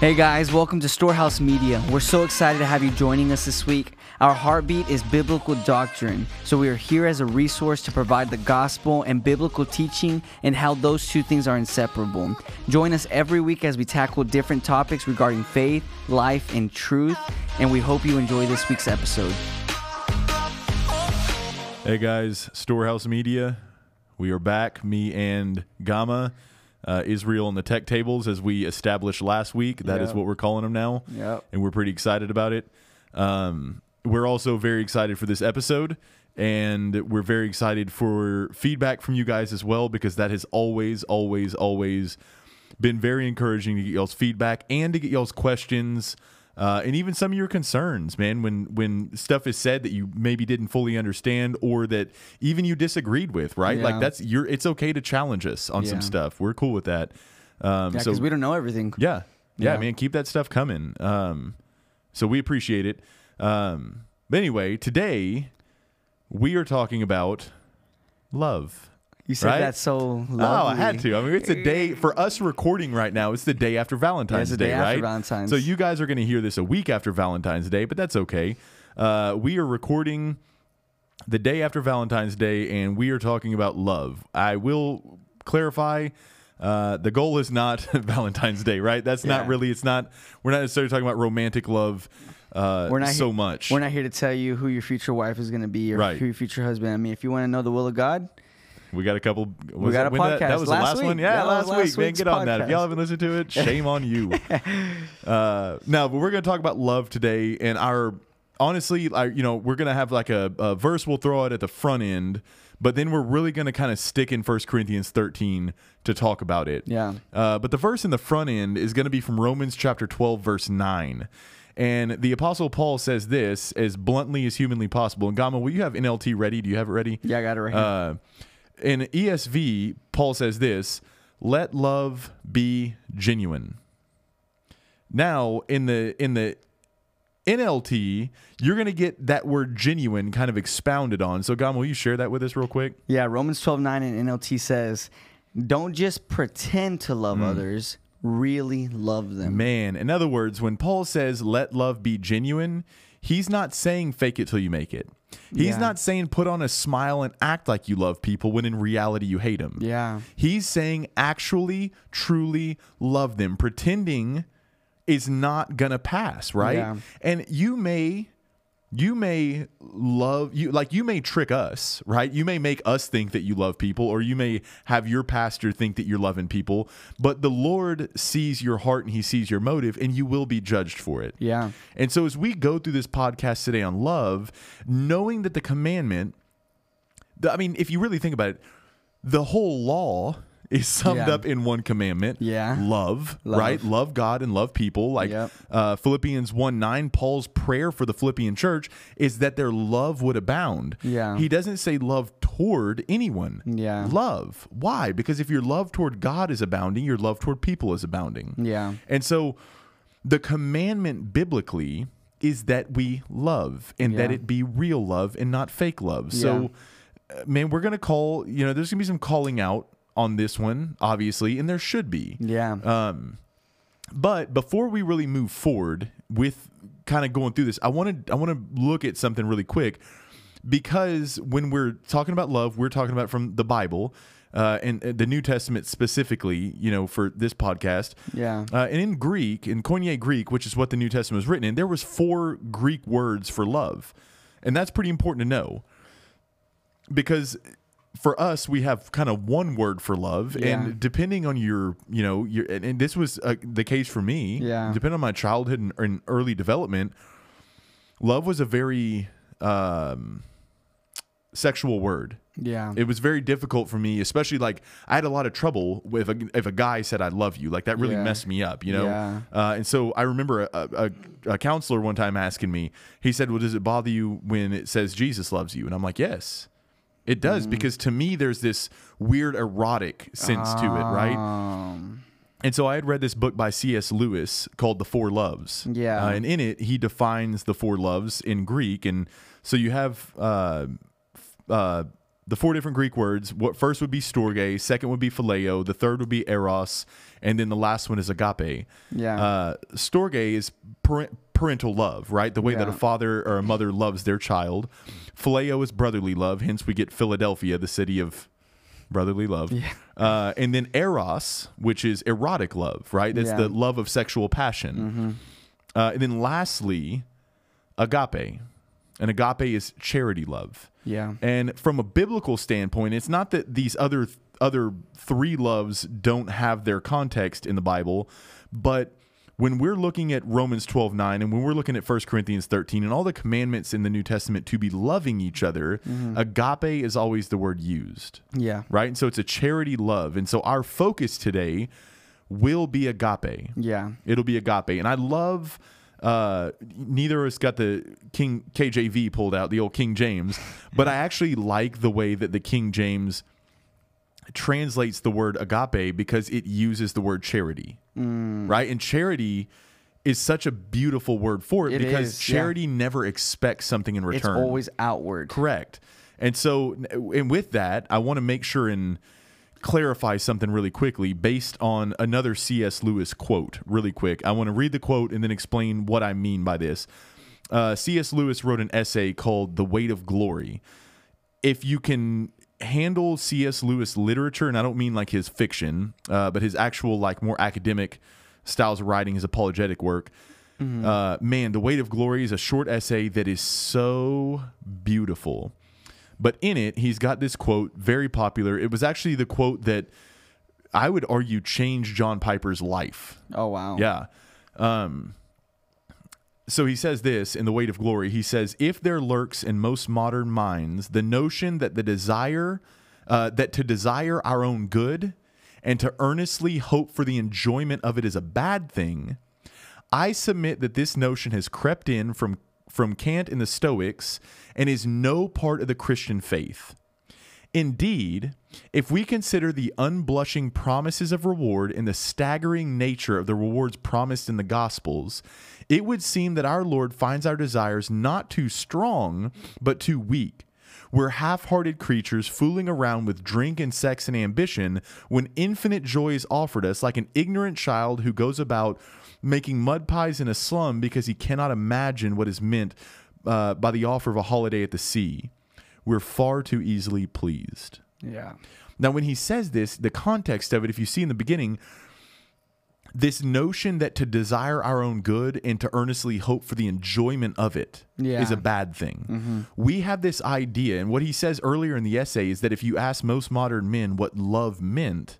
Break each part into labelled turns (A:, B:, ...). A: Hey guys, welcome to Storehouse Media. We're so excited to have you joining us this week. Our heartbeat is biblical doctrine, so we are here as a resource to provide the gospel and biblical teaching and how those two things are inseparable. Join us every week as we tackle different topics regarding faith, life, and truth, and we hope you enjoy this week's episode.
B: Hey guys, Storehouse Media, we are back. Me and Gama, uh, Israel, and the Tech Tables, as we established last week. That is
A: Yeah.
B: what we're calling them now,
A: Yep.
B: and we're pretty excited about it. Um, we're also very excited for this episode, and we're very excited for feedback from you guys as well, because that has always, always, always been very encouraging to get y'all's feedback and to get y'all's questions. Uh, and even some of your concerns, man, when when stuff is said that you maybe didn't fully understand or that even you disagreed with, right?
A: Yeah.
B: Like that's you're it's okay to challenge us on
A: Yeah.
B: some stuff. We're cool with that. Um,
A: Yeah,
B: so
A: because we don't know everything.
B: yeah, yeah,
A: Yeah.
B: man, keep that stuff coming. Um, so we appreciate it. Um, but anyway, today we are talking about love.
A: You said
B: Right?
A: that so lovely.
B: Oh, I had to. I mean, it's the day for us recording right now. It's the day after Valentine's
A: the
B: Day,
A: day after
B: right?
A: Valentine's.
B: So you guys are going to hear this a week after Valentine's Day, but that's okay. Uh, we are recording the day after Valentine's Day, and we are talking about love. I will clarify. Uh, the goal is not Valentine's Day, right? That's not
A: Yeah.
B: really. It's not. We're not necessarily talking about romantic love. Uh,
A: We're not
B: so
A: he-
B: much.
A: We're not here to tell you who your future wife is going to be or
B: Right.
A: who your future husband. I mean, if you want to know the will of God,
B: We got a couple. was
A: got
B: it-
A: a
B: when That, that
A: podcast
B: was
A: last
B: the last
A: week.
B: one. Yeah,
A: Yeah,
B: last,
A: last
B: week. Man,
A: week's
B: get on that. If y'all
A: podcast.
B: haven't listened to it, shame on you. uh, no, but we're going to talk about love today, and our honestly, I, you know, we're going to have like a, a verse we'll throw out at the front end, but then we're really going to kind of stick in 1 Corinthians 13 to talk about it.
A: Yeah.
B: Uh, but the verse in the front end is going to be from Romans chapter 12, verse 9. And the Apostle Paul says this as bluntly as humanly possible. And Gama, will you have NLT ready? Do you have it ready?
A: yeah, I got it right here.
B: Uh, in ESV, Paul says this let love be genuine. Now, in the in the NLT, you're gonna get that word genuine kind of expounded on. So Gam, will you share that with us real quick?
A: Yeah, Romans 12 9 in NLT says, Don't just pretend to
B: Mm.
A: love others, really love them.
B: Man, in other words, when Paul says let love be genuine, he's not saying fake it till you make it. He's
A: Yeah.
B: not saying put on a smile and act like you love people when in reality you hate them.
A: Yeah.
B: He's saying actually, truly love them. Pretending is not going to pass, right?
A: Yeah.
B: And you may you may love you like you may trick us, right? You may make us think that you love people or you may have your pastor think that you're loving people, but the Lord sees your heart and he sees your motive and you will be judged for it.
A: Yeah.
B: And so, as we go through this podcast today on love, knowing that the commandment, the, I mean, if you really think about it, the whole law is summed
A: Yeah.
B: up in one commandment
A: Yeah.
B: love,
A: Love.
B: right love god and love people like
A: Yep.
B: uh, philippians 1 9 paul's prayer for the philippian church is that their love would abound
A: Yeah.
B: he doesn't say love toward anyone
A: Yeah.
B: love why because if your love toward god is abounding your love toward people is abounding
A: Yeah.
B: and so the commandment biblically is that we love and that
A: Yeah.
B: it be real love and not fake love. So, uh, man, we're going to call, you know, there's going to be some calling out on this one, obviously, and there should be.
A: Yeah.
B: Um, but before we really move forward with kind of going through this, I want to I want to look at something really quick because when we're talking about love, we're talking about from the Bible uh, and uh, the New Testament specifically. You know, for this podcast,
A: Yeah.
B: uh, and in Greek, in Koine Greek, which is what the New Testament was written in, there was four Greek words for love, and that's pretty important to know because for us we have kind of one word for love
A: Yeah.
B: and depending on your you know your and, and this was uh, the case for me
A: Yeah.
B: depending on my childhood and, and early development love was a very um sexual word
A: Yeah.
B: it was very difficult for me especially like i had a lot of trouble with a, if a guy said i love you like that really
A: Yeah.
B: messed me up you know
A: Yeah.
B: uh, and so i remember a, a, a counselor one time asking me he said well does it bother you when it says jesus loves you and i'm like yes it does
A: Mm.
B: because to me there's this weird erotic sense to it right
A: Um,
B: and so i had read this book by cs lewis called the four loves
A: Yeah.
B: Uh, and in it he defines the four loves in greek and so you have uh, uh, the four different Greek words. What first would be storge, second would be phileo, the third would be eros, and then the last one is agape.
A: Yeah.
B: Uh, storge is parent, parental love, right? The way that a
A: Yeah.
B: father or a mother loves their child. Phileo is brotherly love, hence we get Philadelphia, the city of brotherly love. Uh, and then eros, which is erotic love, right? That's
A: Yeah. Mm-hmm.
B: the love of sexual passion. Uh, and then lastly, agape. And agape is charity love.
A: yeah.
B: And from a biblical standpoint, it's not that these other other three loves don't have their context in the Bible, but when we're looking at Romans 12, 9, and when we're looking at 1 Corinthians 13, and all the commandments in the New Testament to be loving each other, agape is always the word used
A: Yeah.
B: right? And so it's a charity love. And so our focus today will be agape.
A: Yeah.
B: It'll be agape. And I love uh neither of us got the King KJV pulled out, the old King James, but I actually like the way that the King James translates the word agape because it uses the word charity.
A: Mm.
B: Right? And charity is such a beautiful word for it,
A: It
B: because
A: is, yeah.
B: charity never expects something in
A: It's
B: return.
A: always outward.
B: Correct. And so, and with that, I want to make sure and clarify something really quickly based on another C.S. Lewis quote, really quick. I want to read the quote and then explain what I mean by this. Uh, C.S. Lewis wrote an essay called The Weight of Glory. If you can handle C.S. Lewis literature, and I don't mean like his fiction, uh, but his actual, like, more academic styles of writing, his apologetic work, uh, man, The Weight of Glory is a short essay that is so beautiful. But in it, he's got this quote, very popular. It was actually the quote that I would argue changed John Piper's life.
A: Oh wow.
B: Yeah. Um, so he says this in The Weight of Glory. He says, If there lurks in most modern minds the notion that the desire, uh, that to desire our own good and to earnestly hope for the enjoyment of it is a bad thing, I submit that this notion has crept in from, from Kant and the Stoics and is no part of the Christian faith. Indeed, if we consider the unblushing promises of reward and the staggering nature of the rewards promised in the Gospels, it would seem that our Lord finds our desires not too strong, but too weak. We're half hearted creatures fooling around with drink and sex and ambition when infinite joy is offered us, like an ignorant child who goes about making mud pies in a slum because he cannot imagine what is meant uh, by the offer of a holiday at the sea we're far too easily pleased.
A: Yeah.
B: Now, when he says this, the context of it, if you see in the beginning, this notion that to desire our own good and to earnestly hope for the enjoyment of it is
A: Yeah. Mm-hmm.
B: a bad thing. We have this idea, and what he says earlier in the essay is that if you ask most modern men what love meant,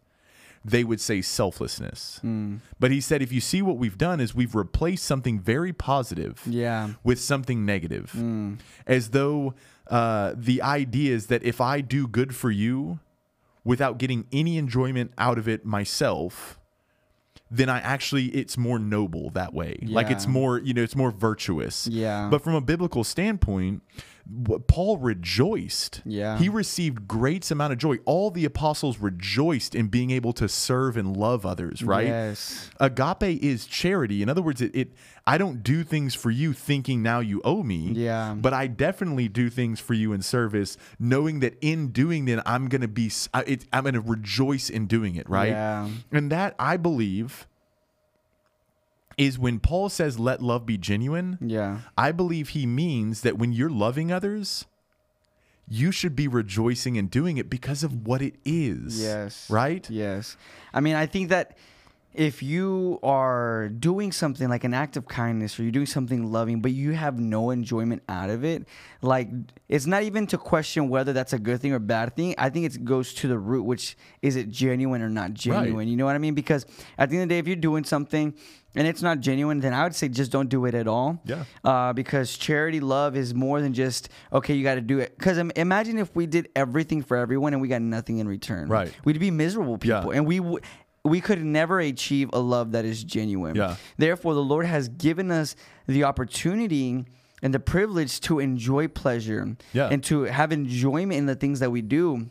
B: they would say selflessness.
A: Mm.
B: But he said, if you see what we've done is we've replaced something very positive
A: Yeah.
B: with something negative,
A: Mm.
B: as though uh, the idea is that if I do good for you without getting any enjoyment out of it myself, then I actually it's more noble that way. Like it's
A: Yeah.
B: more you know it's more virtuous.
A: Yeah.
B: But from a biblical standpoint, wh- Paul rejoiced.
A: Yeah.
B: He received great amount of joy. All the apostles rejoiced in being able to serve and love others. Right
A: Yes.
B: agape is charity in other words it, it i don't do things for you thinking now you owe me
A: Yeah.
B: but i definitely do things for you in service knowing that in doing that i'm gonna be s- I, it, i'm gonna rejoice in doing it right
A: Yeah.
B: and that i believe is when paul says let love be genuine
A: Yeah.
B: i believe he means that when you're loving others you should be rejoicing and doing it because of what it is
A: Yes.
B: right
A: Yes. I mean, I think that if you are doing something like an act of kindness or you're doing something loving, but you have no enjoyment out of it, like it's not even to question whether that's a good thing or bad thing. I think it goes to the root, which is it genuine or not genuine? You know what I mean? Because at the end of the day, if you're doing something and it's not genuine, then I would say just don't do it at all.
B: Yeah.
A: Uh, because charity love is more than just, okay, you got to do it. Because imagine if we did everything for everyone and we got nothing in return.
B: Right.
A: We'd be miserable
B: Yeah.
A: people, and we w- we could never achieve a love that is genuine.
B: Yeah.
A: Therefore, the Lord has given us the opportunity and the privilege to enjoy pleasure
B: Yeah.
A: and to have enjoyment in the things that we do.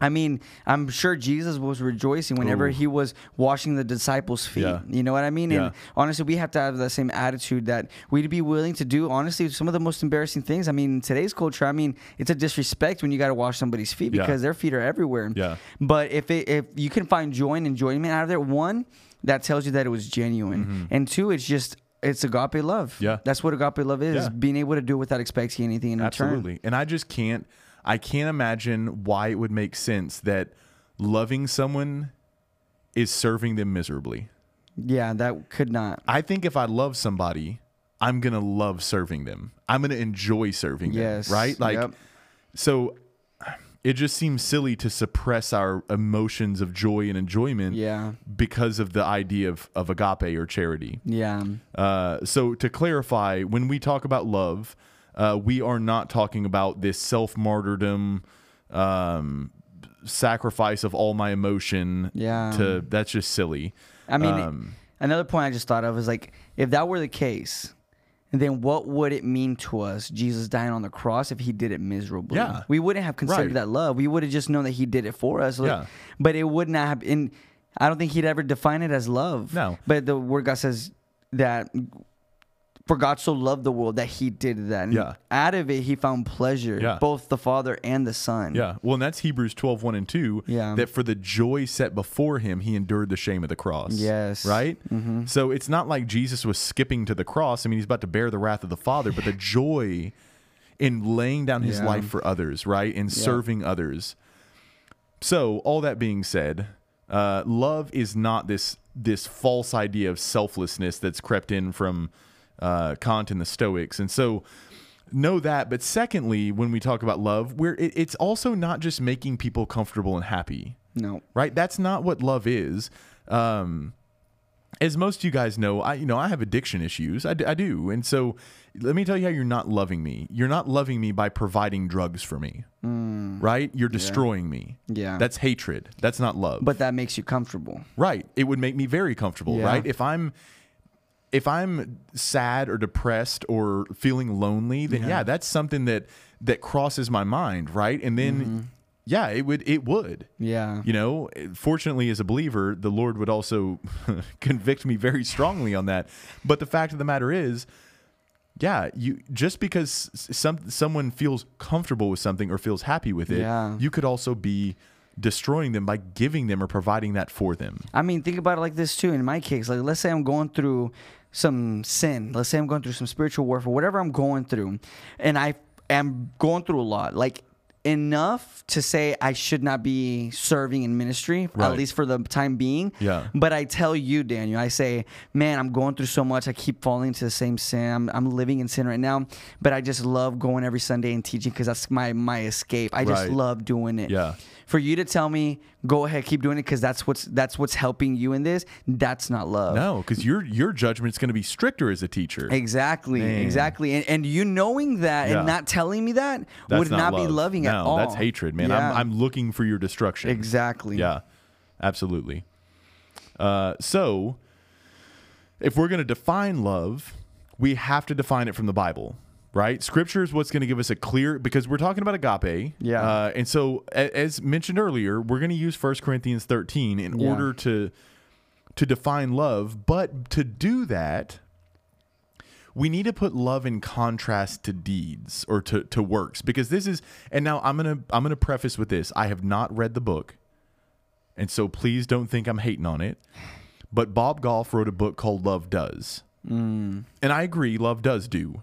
A: I mean, I'm sure Jesus was rejoicing whenever
B: Ooh.
A: he was washing the disciples' feet.
B: Yeah.
A: You know what I mean?
B: Yeah.
A: And honestly, we have to have that same attitude that we'd be willing to do, honestly, some of the most embarrassing things. I mean, in today's culture, I mean, it's a disrespect when you got to wash somebody's feet
B: Yeah.
A: because their feet are everywhere.
B: Yeah.
A: But if it, if you can find joy and enjoyment out of there, one, that tells you that it was genuine. And two, it's just, it's agape love.
B: Mm-hmm. Yeah.
A: That's what agape love is,
B: Yeah.
A: being able to do it without expecting anything in return.
B: Absolutely. And I just can't I can't imagine why it would make sense that loving someone is serving them miserably.
A: Yeah, that could not.
B: I think if I love somebody, I'm going to love serving them. I'm going to enjoy serving
A: Yes,
B: them, right? Like
A: yep.
B: so it just seems silly to suppress our emotions of joy and enjoyment
A: Yeah.
B: because of the idea of, of agape or charity.
A: Yeah.
B: Uh, so to clarify, when we talk about love, uh, we are not talking about this self martyrdom, um, sacrifice of all my emotion.
A: Yeah.
B: To that's just silly.
A: I mean,
B: Um,
A: another point I just thought of is like, if that were the case, then what would it mean to us, Jesus dying on the cross, if he did it miserably?
B: Yeah.
A: We wouldn't have considered
B: Right.
A: that love. We would have just known that he did it for us. Like,
B: Yeah.
A: But it would not have, and I don't think he'd ever define it as love.
B: No.
A: But the word God says that. For God so loved the world that he did that. And
B: Yeah.
A: Out of it, he found pleasure,
B: Yeah.
A: both the Father and the Son.
B: Yeah. Well, and that's Hebrews 12, 1 and 2.
A: Yeah.
B: That for the joy set before him, he endured the shame of the cross.
A: Yes. Mm-hmm.
B: Right? So it's not like Jesus was skipping to the cross. I mean, he's about to bear the wrath of the Father, but the joy in laying down his
A: Yeah.
B: life for others, right? And serving others. So, all that being said, uh, love is not this this false idea of selflessness that's crept in from uh, Kant and the Stoics, and so know that. But secondly, when we talk about love, we're it, it's also not just making people comfortable and happy,
A: No.
B: right? That's not what love is. Um, as most of you guys know, I you know I have addiction issues. I, d- I do, and so let me tell you how you're not loving me. You're not loving me by providing drugs for me, right? You're destroying me.
A: Mm. Yeah.
B: that's hatred. That's not love.
A: But that makes you comfortable.
B: Right. It would make me very comfortable,
A: Yeah.
B: right? If I'm if I'm sad or depressed or feeling lonely, then yeah, that's something that that crosses my mind, right? And then
A: Mm-hmm.
B: yeah, it would it would.
A: Yeah.
B: You know, fortunately as a believer, the Lord would also convict me very strongly on that. But the fact of the matter is, yeah, you just because s- some someone feels comfortable with something or feels happy with it,
A: Yeah.
B: you could also be destroying them by giving them or providing that for them.
A: I mean, think about it like this too. In my case, like let's say I'm going through some sin. Let's say I'm going through some spiritual warfare, whatever I'm going through, and I am going through a lot. Like enough to say I should not be serving in ministry,
B: Right.
A: at least for the time being.
B: Yeah.
A: But I tell you, Daniel, I say, man, I'm going through so much. I keep falling into the same sin. I'm, I'm living in sin right now, but I just love going every Sunday and teaching because that's my my escape. I just
B: Right.
A: love doing it
B: Yeah.
A: for you to tell me go ahead keep doing it because that's what's that's what's helping you in this that's not love
B: No, because your your judgment's going to be stricter as a teacher.
A: exactly
B: Man.
A: exactly and, and you knowing that
B: Yeah.
A: and not telling me that
B: That's
A: would not, be
B: love.
A: loving
B: no,
A: at all
B: That's hatred, man.
A: Yeah.
B: I'm, I'm looking for your destruction.
A: exactly
B: Yeah, absolutely. Uh, so, if we're going to define love, we have to define it from the Bible, right? Scripture is what's going to give us a clear because we're talking about agape.
A: Yeah.
B: Uh, and so, a- as mentioned earlier, we're going to use 1 Corinthians 13 in
A: Yeah.
B: order to to define love, but to do that, we need to put love in contrast to deeds or to, to works because this is and now i'm gonna i'm gonna preface with this i have not read the book and so please don't think i'm hating on it but bob goff wrote a book called love does
A: Hmm.
B: and i agree love does do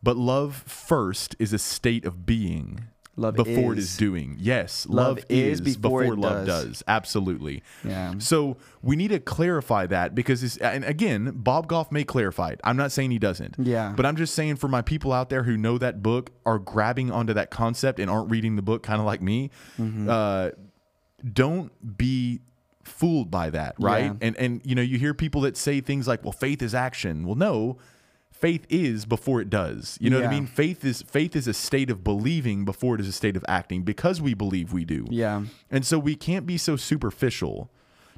B: but love first is a state of being
A: Love
B: before it
A: is.
B: is doing yes
A: Love
B: love,
A: is
B: is,
A: before
B: before,
A: it
B: love
A: does.
B: does absolutely
A: Yeah.
B: so we need to clarify that because, it's, and again, Bob Goff may clarify it. I'm not saying he doesn't.
A: Yeah.
B: But I'm just saying for my people out there who know that book, are grabbing onto that concept and aren't reading the book, kind of like me,
A: Mm-hmm.
B: uh, don't be fooled by that, right?
A: Yeah.
B: And and you know, you hear people that say things like, "Well, faith is action." Well, no. Faith is before it does. You know what I
A: Yeah.
B: mean? Faith is faith is a state of believing before it is a state of acting because we believe we do.
A: yeah
B: And so we can't be so superficial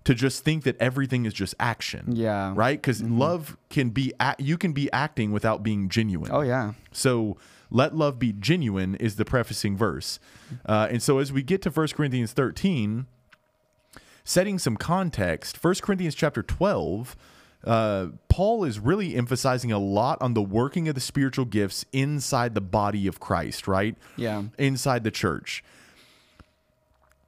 B: to just think that everything is just action.
A: Yeah. Mm-hmm.
B: Right? Because love can be, a- you can be acting without being genuine.
A: Oh, yeah.
B: So let love be genuine is the prefacing verse. Uh, and so as we get to 1 Corinthians 13, setting some context, 1 Corinthians chapter 12, uh, Paul is really emphasizing a lot on the working of the spiritual gifts inside the body of Christ, right?
A: Yeah.
B: Inside the church.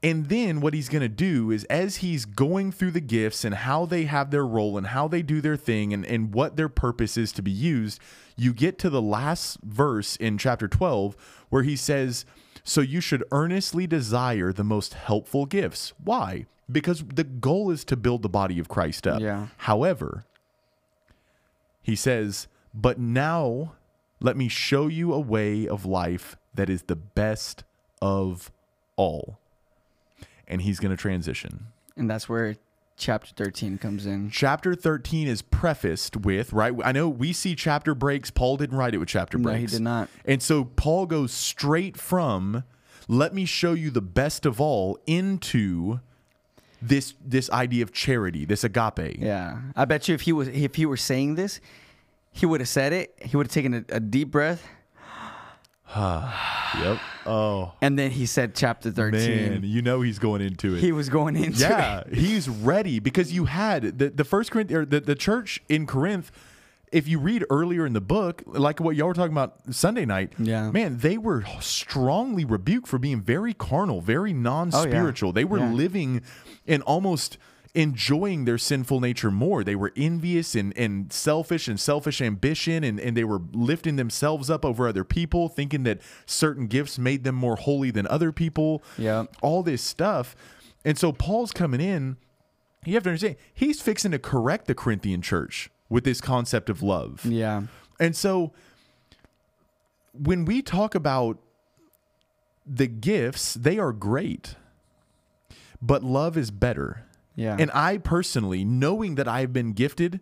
B: And then what he's going to do is, as he's going through the gifts and how they have their role and how they do their thing and, and what their purpose is to be used, you get to the last verse in chapter 12 where he says, So you should earnestly desire the most helpful gifts. Why? Because the goal is to build the body of Christ up.
A: Yeah.
B: However, he says, But now let me show you a way of life that is the best of all and he's going to transition.
A: And that's where chapter 13 comes in.
B: Chapter 13 is prefaced with, right? I know we see chapter breaks. Paul didn't write it with chapter
A: No, he
B: breaks.
A: did not.
B: And so Paul goes straight from, let me show you the best of all, into this this idea of charity, this agape.
A: Yeah. I bet you if he was if he were saying this, he would have said it. He would have taken a, a deep breath
B: Yep. Oh,
A: and then he said chapter 13.
B: man. You know he's going into it.
A: He was going into it.
B: yeah, he's ready because you had the the first Corinth or the, the church in Corinth. If you read earlier in the book, like what y'all were talking about Sunday night,
A: Yeah.
B: man, they were strongly rebuked for being very carnal, very non-spiritual. They were
A: Oh, Yeah.
B: living and almost enjoying their sinful nature more. They were envious and, and selfish and selfish ambition, and, and they were lifting themselves up over other people, thinking that certain gifts made them more holy than other people
A: Yeah.
B: all this stuff. And so Paul's coming in. You have to understand, he's fixing to correct the Corinthian church with this concept of love.
A: Yeah.
B: And so when we talk about the gifts, they are great, but love is better.
A: Yeah.
B: And I personally, knowing that I've been gifted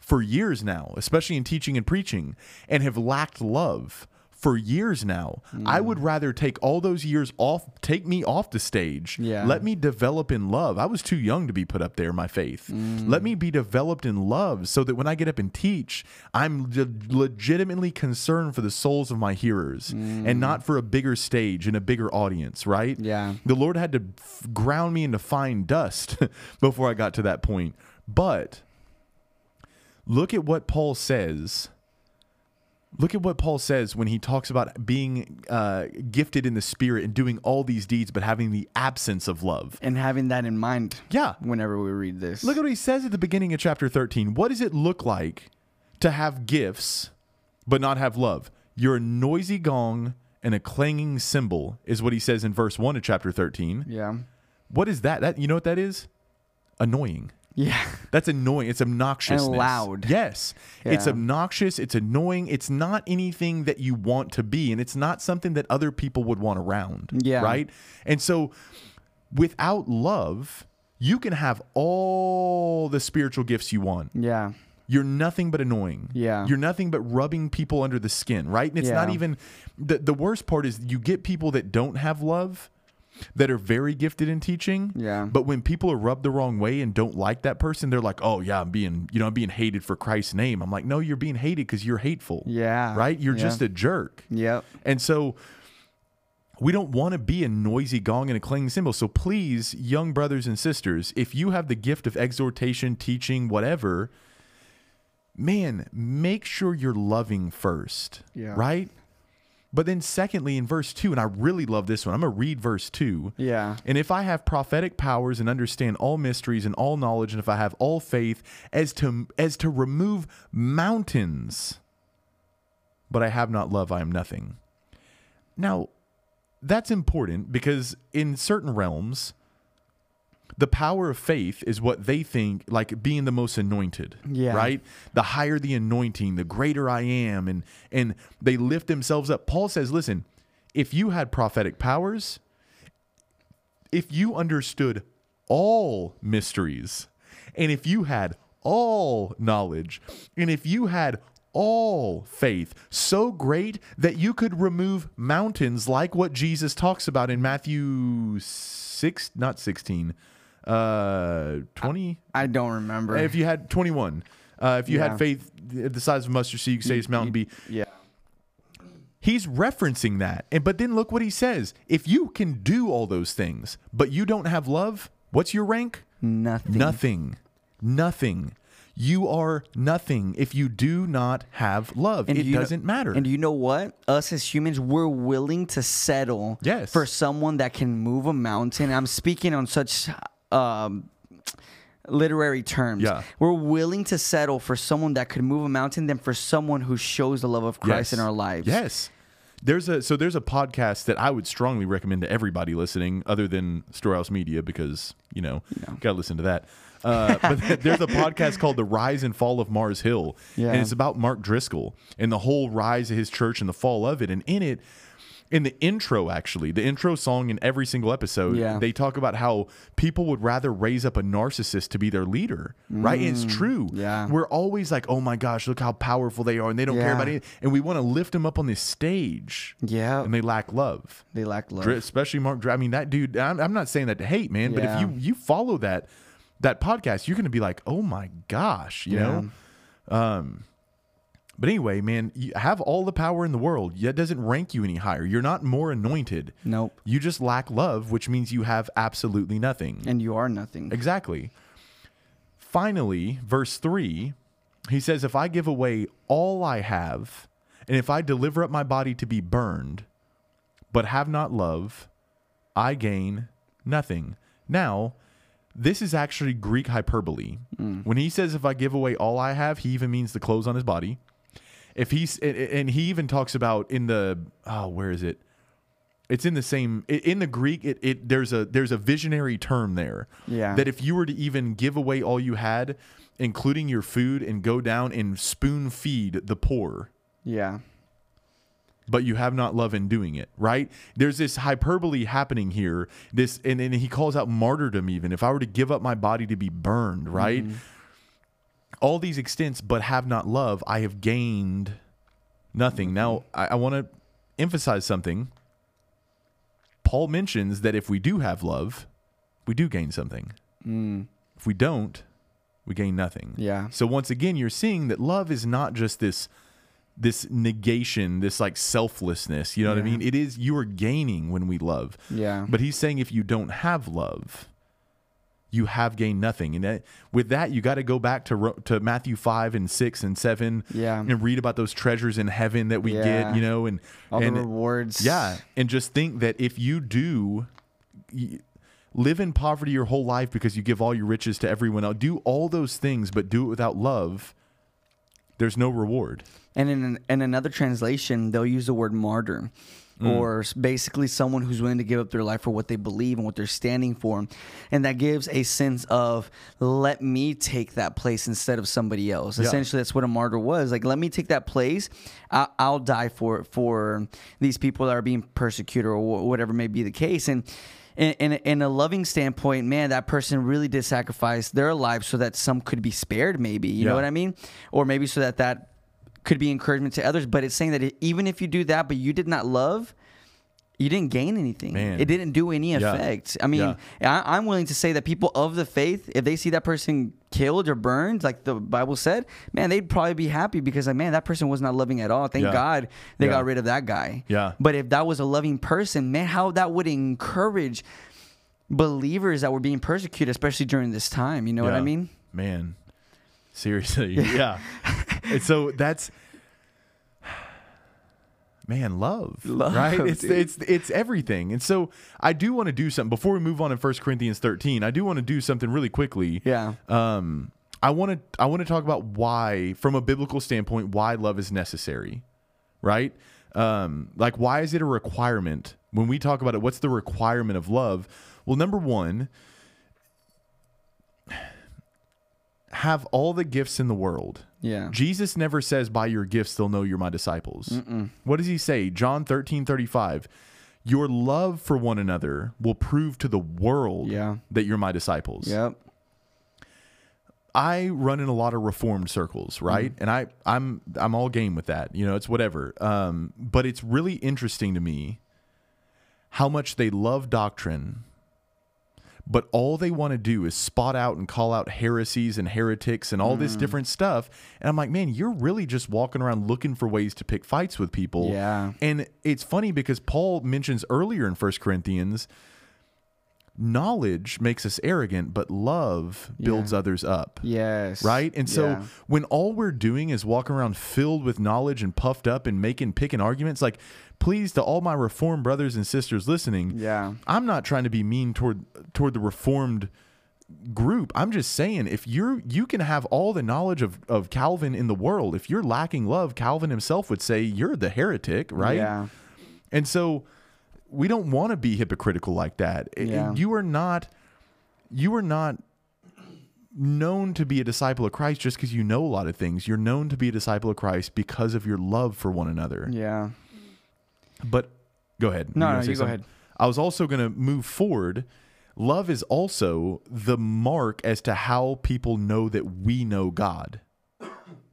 B: for years now, especially in teaching and preaching, and have lacked love for years now, I
A: Mm.
B: would rather take all those years off, take me off the stage.
A: Yeah.
B: Let me develop in love. I was too young to be put up there, my faith. Let me be developed in love so that when I get up and teach, I'm le- legitimately concerned for the souls of my hearers and not for a bigger stage and a bigger audience, right?
A: Yeah.
B: The Lord had to f- ground me into fine dust before I got to that point. But look at what Paul says. Look at what Paul says when he talks about being uh, gifted in the spirit and doing all these deeds, but having the absence of love.
A: and having that in mind
B: Yeah.
A: whenever we read this.
B: Look at what he says at the beginning of chapter 13. What does it look like to have gifts but not have love? You're a noisy gong and a clanging cymbal, is what he says in verse 1 of chapter 13.
A: yeah.
B: What is that? That you know what that is? Annoying.
A: Yeah.
B: That's annoying. It's obnoxious.
A: loud.
B: Yes. It's
A: Yeah.
B: obnoxious. It's annoying. It's not anything that you want to be, and it's not something that other people would want around.
A: Yeah.
B: Right? And so without love, you can have all the spiritual gifts you want.
A: Yeah.
B: You're nothing but annoying.
A: Yeah.
B: You're nothing but rubbing people under the skin, right? And it's
A: Yeah.
B: not even the, the worst part is you get people that don't have love that are very gifted in teaching.
A: Yeah.
B: But when people are rubbed the wrong way and don't like that person, they're like, "Oh yeah, I'm being, you know, I'm being hated for Christ's name." I'm like, "No, you're being hated cuz you're hateful."
A: Yeah.
B: Right? You're
A: Yeah.
B: just a jerk.
A: Yep.
B: And so we don't want to be a noisy gong and a clanging cymbal. So please, young brothers and sisters, if you have the gift of exhortation, teaching, whatever, man, make sure you're loving first.
A: Yeah.
B: Right? But then secondly, in verse two, and I really love this one, I'm gonna read verse two.
A: Yeah.
B: And if I have prophetic powers and understand all mysteries and all knowledge, and if I have all faith as to as to remove mountains, but I have not love, I am nothing. Now, that's important because in certain realms, the power of faith is what they think like being the most anointed
A: Yeah.
B: right the higher the anointing the greater i am and and they lift themselves up paul says listen if you had prophetic powers if you understood all mysteries, and if you had all knowledge, and if you had all faith so great that you could remove mountains like what Jesus talks about in Matthew 6 not 16 uh, 20?
A: I don't remember.
B: If you had 21, uh, if you
A: Yeah.
B: had faith th- the size of mustard seed, you could say it's mountain B.
A: yeah.
B: He's referencing that. And but then look what he says. If you can do all those things, but you don't have love, what's your rank?
A: Nothing.
B: Nothing. Nothing. You are nothing if you do not have love.
A: And
B: it
A: you know-
B: doesn't matter.
A: And you know what? Us as humans, we're willing to settle
B: Yes.
A: for someone that can move a mountain. I'm speaking on such um, literary terms.
B: Yeah.
A: We're willing to settle for someone that could move a mountain than for someone who shows the love of Christ
B: Yes.
A: in our lives.
B: Yes. There's a so there's a podcast that I would strongly recommend to everybody listening, other than Storehouse Media, because you know gotta listen to that. Uh, but there's a podcast called "The Rise and Fall of Mars Hill,"
A: Yeah.
B: and it's about Mark Driscoll and the whole rise of his church and the fall of it. And in it, in the intro, actually, the intro song in every single episode,
A: Yeah.
B: they talk about how people would rather raise up a narcissist to be their leader, right? And it's true.
A: Mm. yeah.
B: We're always like, oh my gosh, look how powerful they are, and they don't care
A: Yeah.
B: about it and we want to lift them up on this stage.
A: Yeah.
B: and they lack love,
A: They lack love.
B: Dr- especially Mark. Dr- I mean, that dude. I'm, I'm not saying that to hate, man, but if
A: Yeah.
B: you you follow that that podcast, you're going to be like, oh my gosh, you know. Um, but anyway, man, you have all the power in the world. That doesn't rank you any higher. You're not more anointed.
A: Nope.
B: You just lack love, which means you have absolutely nothing.
A: And you are nothing.
B: Exactly. Finally, verse 3, he says, If I give away all I have, and if I deliver up my body to be burned, but have not love, I gain nothing. Now, this is actually Greek hyperbole. When he says, If I give away all I have, he even means the clothes on his body. If he's, and- and he even talks about in the, oh, where is it? It's in the same i- in the Greek. It, it there's a there's a visionary term there.
A: Yeah.
B: That if you were to even give away all you had, including your food, and go down and spoon feed the poor,
A: Yeah.
B: but you have not love in doing it, right? There's this hyperbole happening here. This and, and he calls out martyrdom even. If I were to give up my body to be burned, right? All these extents, but have not love, I have gained nothing. Now I, I want to emphasize something. Paul mentions that if we do have love, we do gain something. If we don't, we gain nothing.
A: Yeah.
B: So once again, you're seeing that love is not just this this negation, this like selflessness. You know what I
A: Yeah.
B: mean? It is you are gaining when we love.
A: Yeah.
B: But he's saying if you don't have love, you have gained nothing. And that, with that, you got to go back to Ro- to Matthew five and six and seven,
A: Yeah.
B: and read about those treasures in heaven that we
A: Yeah.
B: get. You know, and
A: All
B: and
A: the rewards.
B: yeah, and just think that if you do y- live in poverty your whole life because you give all your riches to everyone else, do all those things, but do it without love, there's no reward.
A: And in, in another translation, they'll use the word martyr, or s- basically someone who's willing to give up their life for what they believe and what they're standing for. And that gives a sense of, let me take that place instead of somebody else. Essentially, that's what a martyr was. Like, let me take that place. I, I'll die for for these people that are being persecuted or wh- whatever may be the case. And in, in, in a loving standpoint, man, that person really did sacrifice their life so that some could be spared, maybe. You know
B: Yeah.
A: what I mean? Or maybe so that that could be encouragement to others, but it's saying that it, even if you do that, but you did not love, you didn't gain anything.
B: Man.
A: It didn't do any
B: Yeah.
A: effect. I mean, I, I'm willing to say that people of the faith, if they see that person killed or burned, like the Bible said, man, they'd probably be happy because, like, man, that person was not loving at all. Thank
B: Yeah.
A: God they
B: Yeah.
A: got rid of that guy.
B: Yeah.
A: But if that was a loving person, man, how that would encourage believers that were being persecuted, especially during this time. You know what I
B: Yeah.
A: mean?
B: Man, seriously. Yeah. and so that's man, love,
A: Love,
B: right? It's
A: dude.
B: it's it's everything. And so I do want to do something before we move on in 1 Corinthians 13. I do want to do something really quickly.
A: Yeah.
B: Um I want to I want to talk about why from a biblical standpoint why love is necessary. Right? Um like why is it a requirement? When we talk about it, what's the requirement of love? Well, number 1, have all the gifts in the world.
A: Yeah.
B: Jesus never says, By your gifts, they'll know you're my disciples. What does he say? John 13, 35. Your love for one another will prove to the world
A: Yeah.
B: that you're my disciples.
A: Yep.
B: I run in a lot of reformed circles, right? And I, I'm I'm all game with that. You know, it's whatever. Um, but it's really interesting to me how much they love doctrine, but all they want to do is spot out and call out heresies and heretics and all this different stuff. And I'm like, man, you're really just walking around looking for ways to pick fights with people.
A: Yeah.
B: And it's funny because Paul mentions earlier in First Corinthians, knowledge makes us arrogant, but love builds others up.
A: Yes.
B: Right? And so
A: Yeah.
B: when all we're doing is walking around filled with knowledge and puffed up and making picking arguments, like please to all my reformed brothers and sisters listening,
A: Yeah.
B: I'm not trying to be mean toward toward the reformed group. I'm just saying if you're you can have all the knowledge of, of Calvin in the world. If you're lacking love, Calvin himself would say you're the heretic, right?
A: Yeah.
B: And so we don't want to be hypocritical like that. I-
A: Yeah.
B: You are not you are not known to be a disciple of Christ just because you know a lot of things. You're known to be a disciple of Christ because of your love for one another.
A: Yeah.
B: But go ahead.
A: No,
B: were gonna
A: no,
B: say
A: you go
B: something?
A: ahead.
B: I was also going to move forward. Love is also the mark as to how people know that we know God.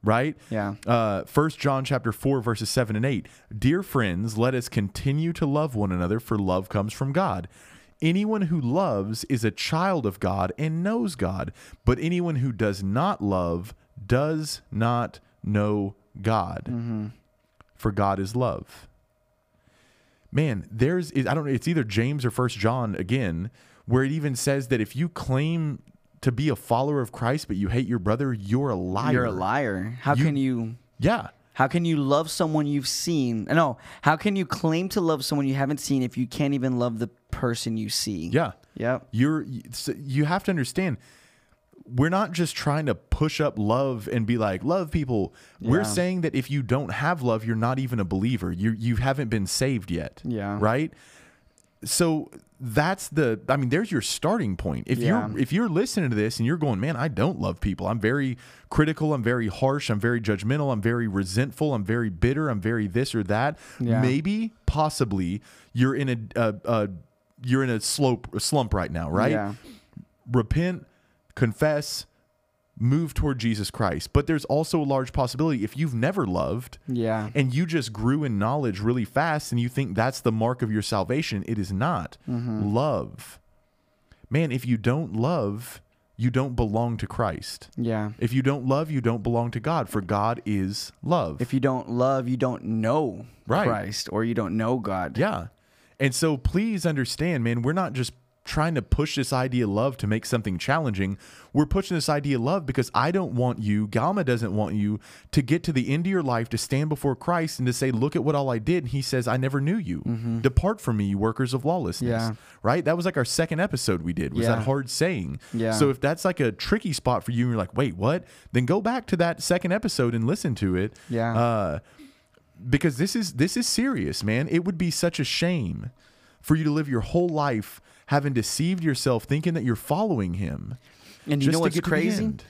B: Right?
A: Yeah.
B: uh, 1 John chapter 4 verses 7 and 8. Dear friends, let us continue to love one another for love comes from God. Anyone who loves is a child of God and knows God, but anyone who does not love does not know God.
A: Mm-hmm.
B: For God is love. Man, there's I don't know, it's either James or 1 John again where it even says that if you claim to be a follower of Christ but you hate your brother, you're a liar.
A: You're a liar. How
B: You-
A: can you
B: Yeah.
A: how can you love someone you've seen? No, how can you claim to love someone you haven't seen if you can't even love the person you see?
B: Yeah.
A: Yep.
B: You're so you have to understand we're not just trying to push up love and be like love people.
A: Yeah.
B: We're saying that if you don't have love, you're not even a believer. You you haven't been saved yet.
A: Yeah.
B: Right? So that's the I mean there's your starting point. If
A: Yeah.
B: you're if you're listening to this and you're going, "Man, I don't love people. I'm very critical, I'm very harsh, I'm very judgmental, I'm very resentful, I'm very bitter, I'm very this or that."
A: Yeah.
B: Maybe possibly you're in a, a, a you're in a slope a slump right now, right?
A: Yeah.
B: repent, confess, move toward Jesus Christ. But there's also a large possibility if you've never loved
A: Yeah.
B: and you just grew in knowledge really fast and you think that's the mark of your salvation, it is not. Love. Man, if you don't love, you don't belong to Christ.
A: Yeah.
B: If you don't love, you don't belong to God, for God is love.
A: If you don't love, you don't know
B: Right.
A: Christ or you don't know God.
B: Yeah. And so please understand, man, we're not just trying to push this idea of love to make something challenging. We're pushing this idea of love because I don't want you, Galma doesn't want you to get to the end of your life to stand before Christ and to say, look at what all I did. And he says, I never knew you. Depart from me, you workers of lawlessness.
A: Mm-hmm. Yeah.
B: Right? That was like our second episode we did was
A: Yeah.
B: that hard saying.
A: Yeah.
B: So if that's like a tricky spot for you and you're like, wait, what? Then go back to that second episode and listen to it.
A: Yeah.
B: Uh, because this is this is serious, man. It would be such a shame for you to live your whole life having deceived yourself thinking that you're following him.
A: And you
B: just
A: know
B: to
A: what's
B: get to the
A: crazy?
B: end.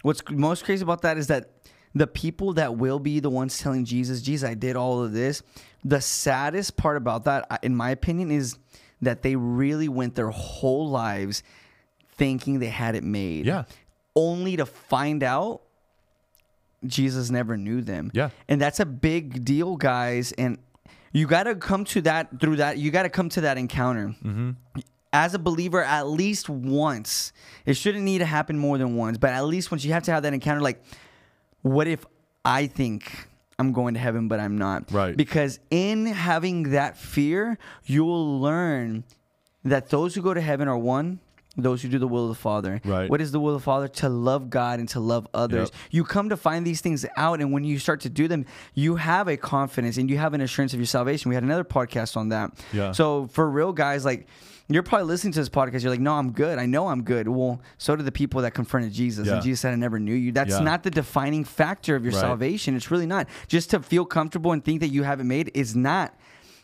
A: What's c- most crazy about that is that the people that will be the ones telling Jesus, Jesus, I did all of this. The saddest part about that, I- in my opinion, is that they really went their whole lives thinking they had it made.
B: Yeah.
A: Only to find out Jesus never knew them.
B: Yeah.
A: And that's a big deal, guys. And you got to come to that through that. You got to come to that encounter.
B: Mm-hmm.
A: As a believer, at least once. It shouldn't need to happen more than once, but at least once you have to have that encounter. Like, what if I think I'm going to heaven, but I'm not?
B: Right.
A: Because in having that fear, you will learn that those who go to heaven are one, those who do the will of the Father.
B: Right.
A: What is the will of the Father? To love God and to love others.
B: Yep.
A: You come to find these things out, and when you start to do them, you have a confidence and you have an assurance of your salvation. We had another podcast on that.
B: Yeah.
A: So for real, guys, like you're probably listening to this podcast, you're like, "No, I'm good. I know I'm good." Well, so do the people that confronted Jesus,
B: Yeah.
A: and Jesus said, "I never knew you." That's
B: Yeah.
A: not the defining factor of your
B: Right.
A: salvation. It's really not. Just to feel comfortable and think that you have it made is not.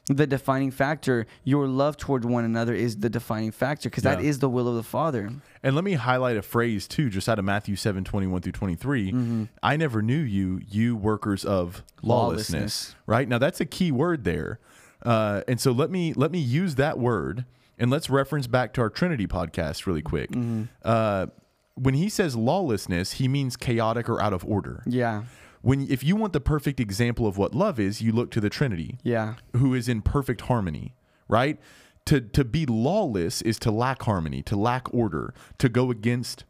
A: The defining factor, your love toward one another is the defining factor because that
B: Yeah.
A: is the will of the Father.
B: And let me highlight a phrase too, just out of Matthew 7 21 through 23.
A: Mm-hmm.
B: I never knew you, you workers of lawlessness.
A: Lawlessness.
B: Right? Now that's a key word there. Uh, and so let me let me use that word and let's reference back to our Trinity podcast really quick.
A: Mm-hmm.
B: Uh, when he says lawlessness, he means chaotic or out of order.
A: Yeah.
B: When if you want the perfect example of what love is, you look to the Trinity
A: Yeah.
B: who is in perfect harmony, right? to to be lawless is to lack harmony, to lack order, to go against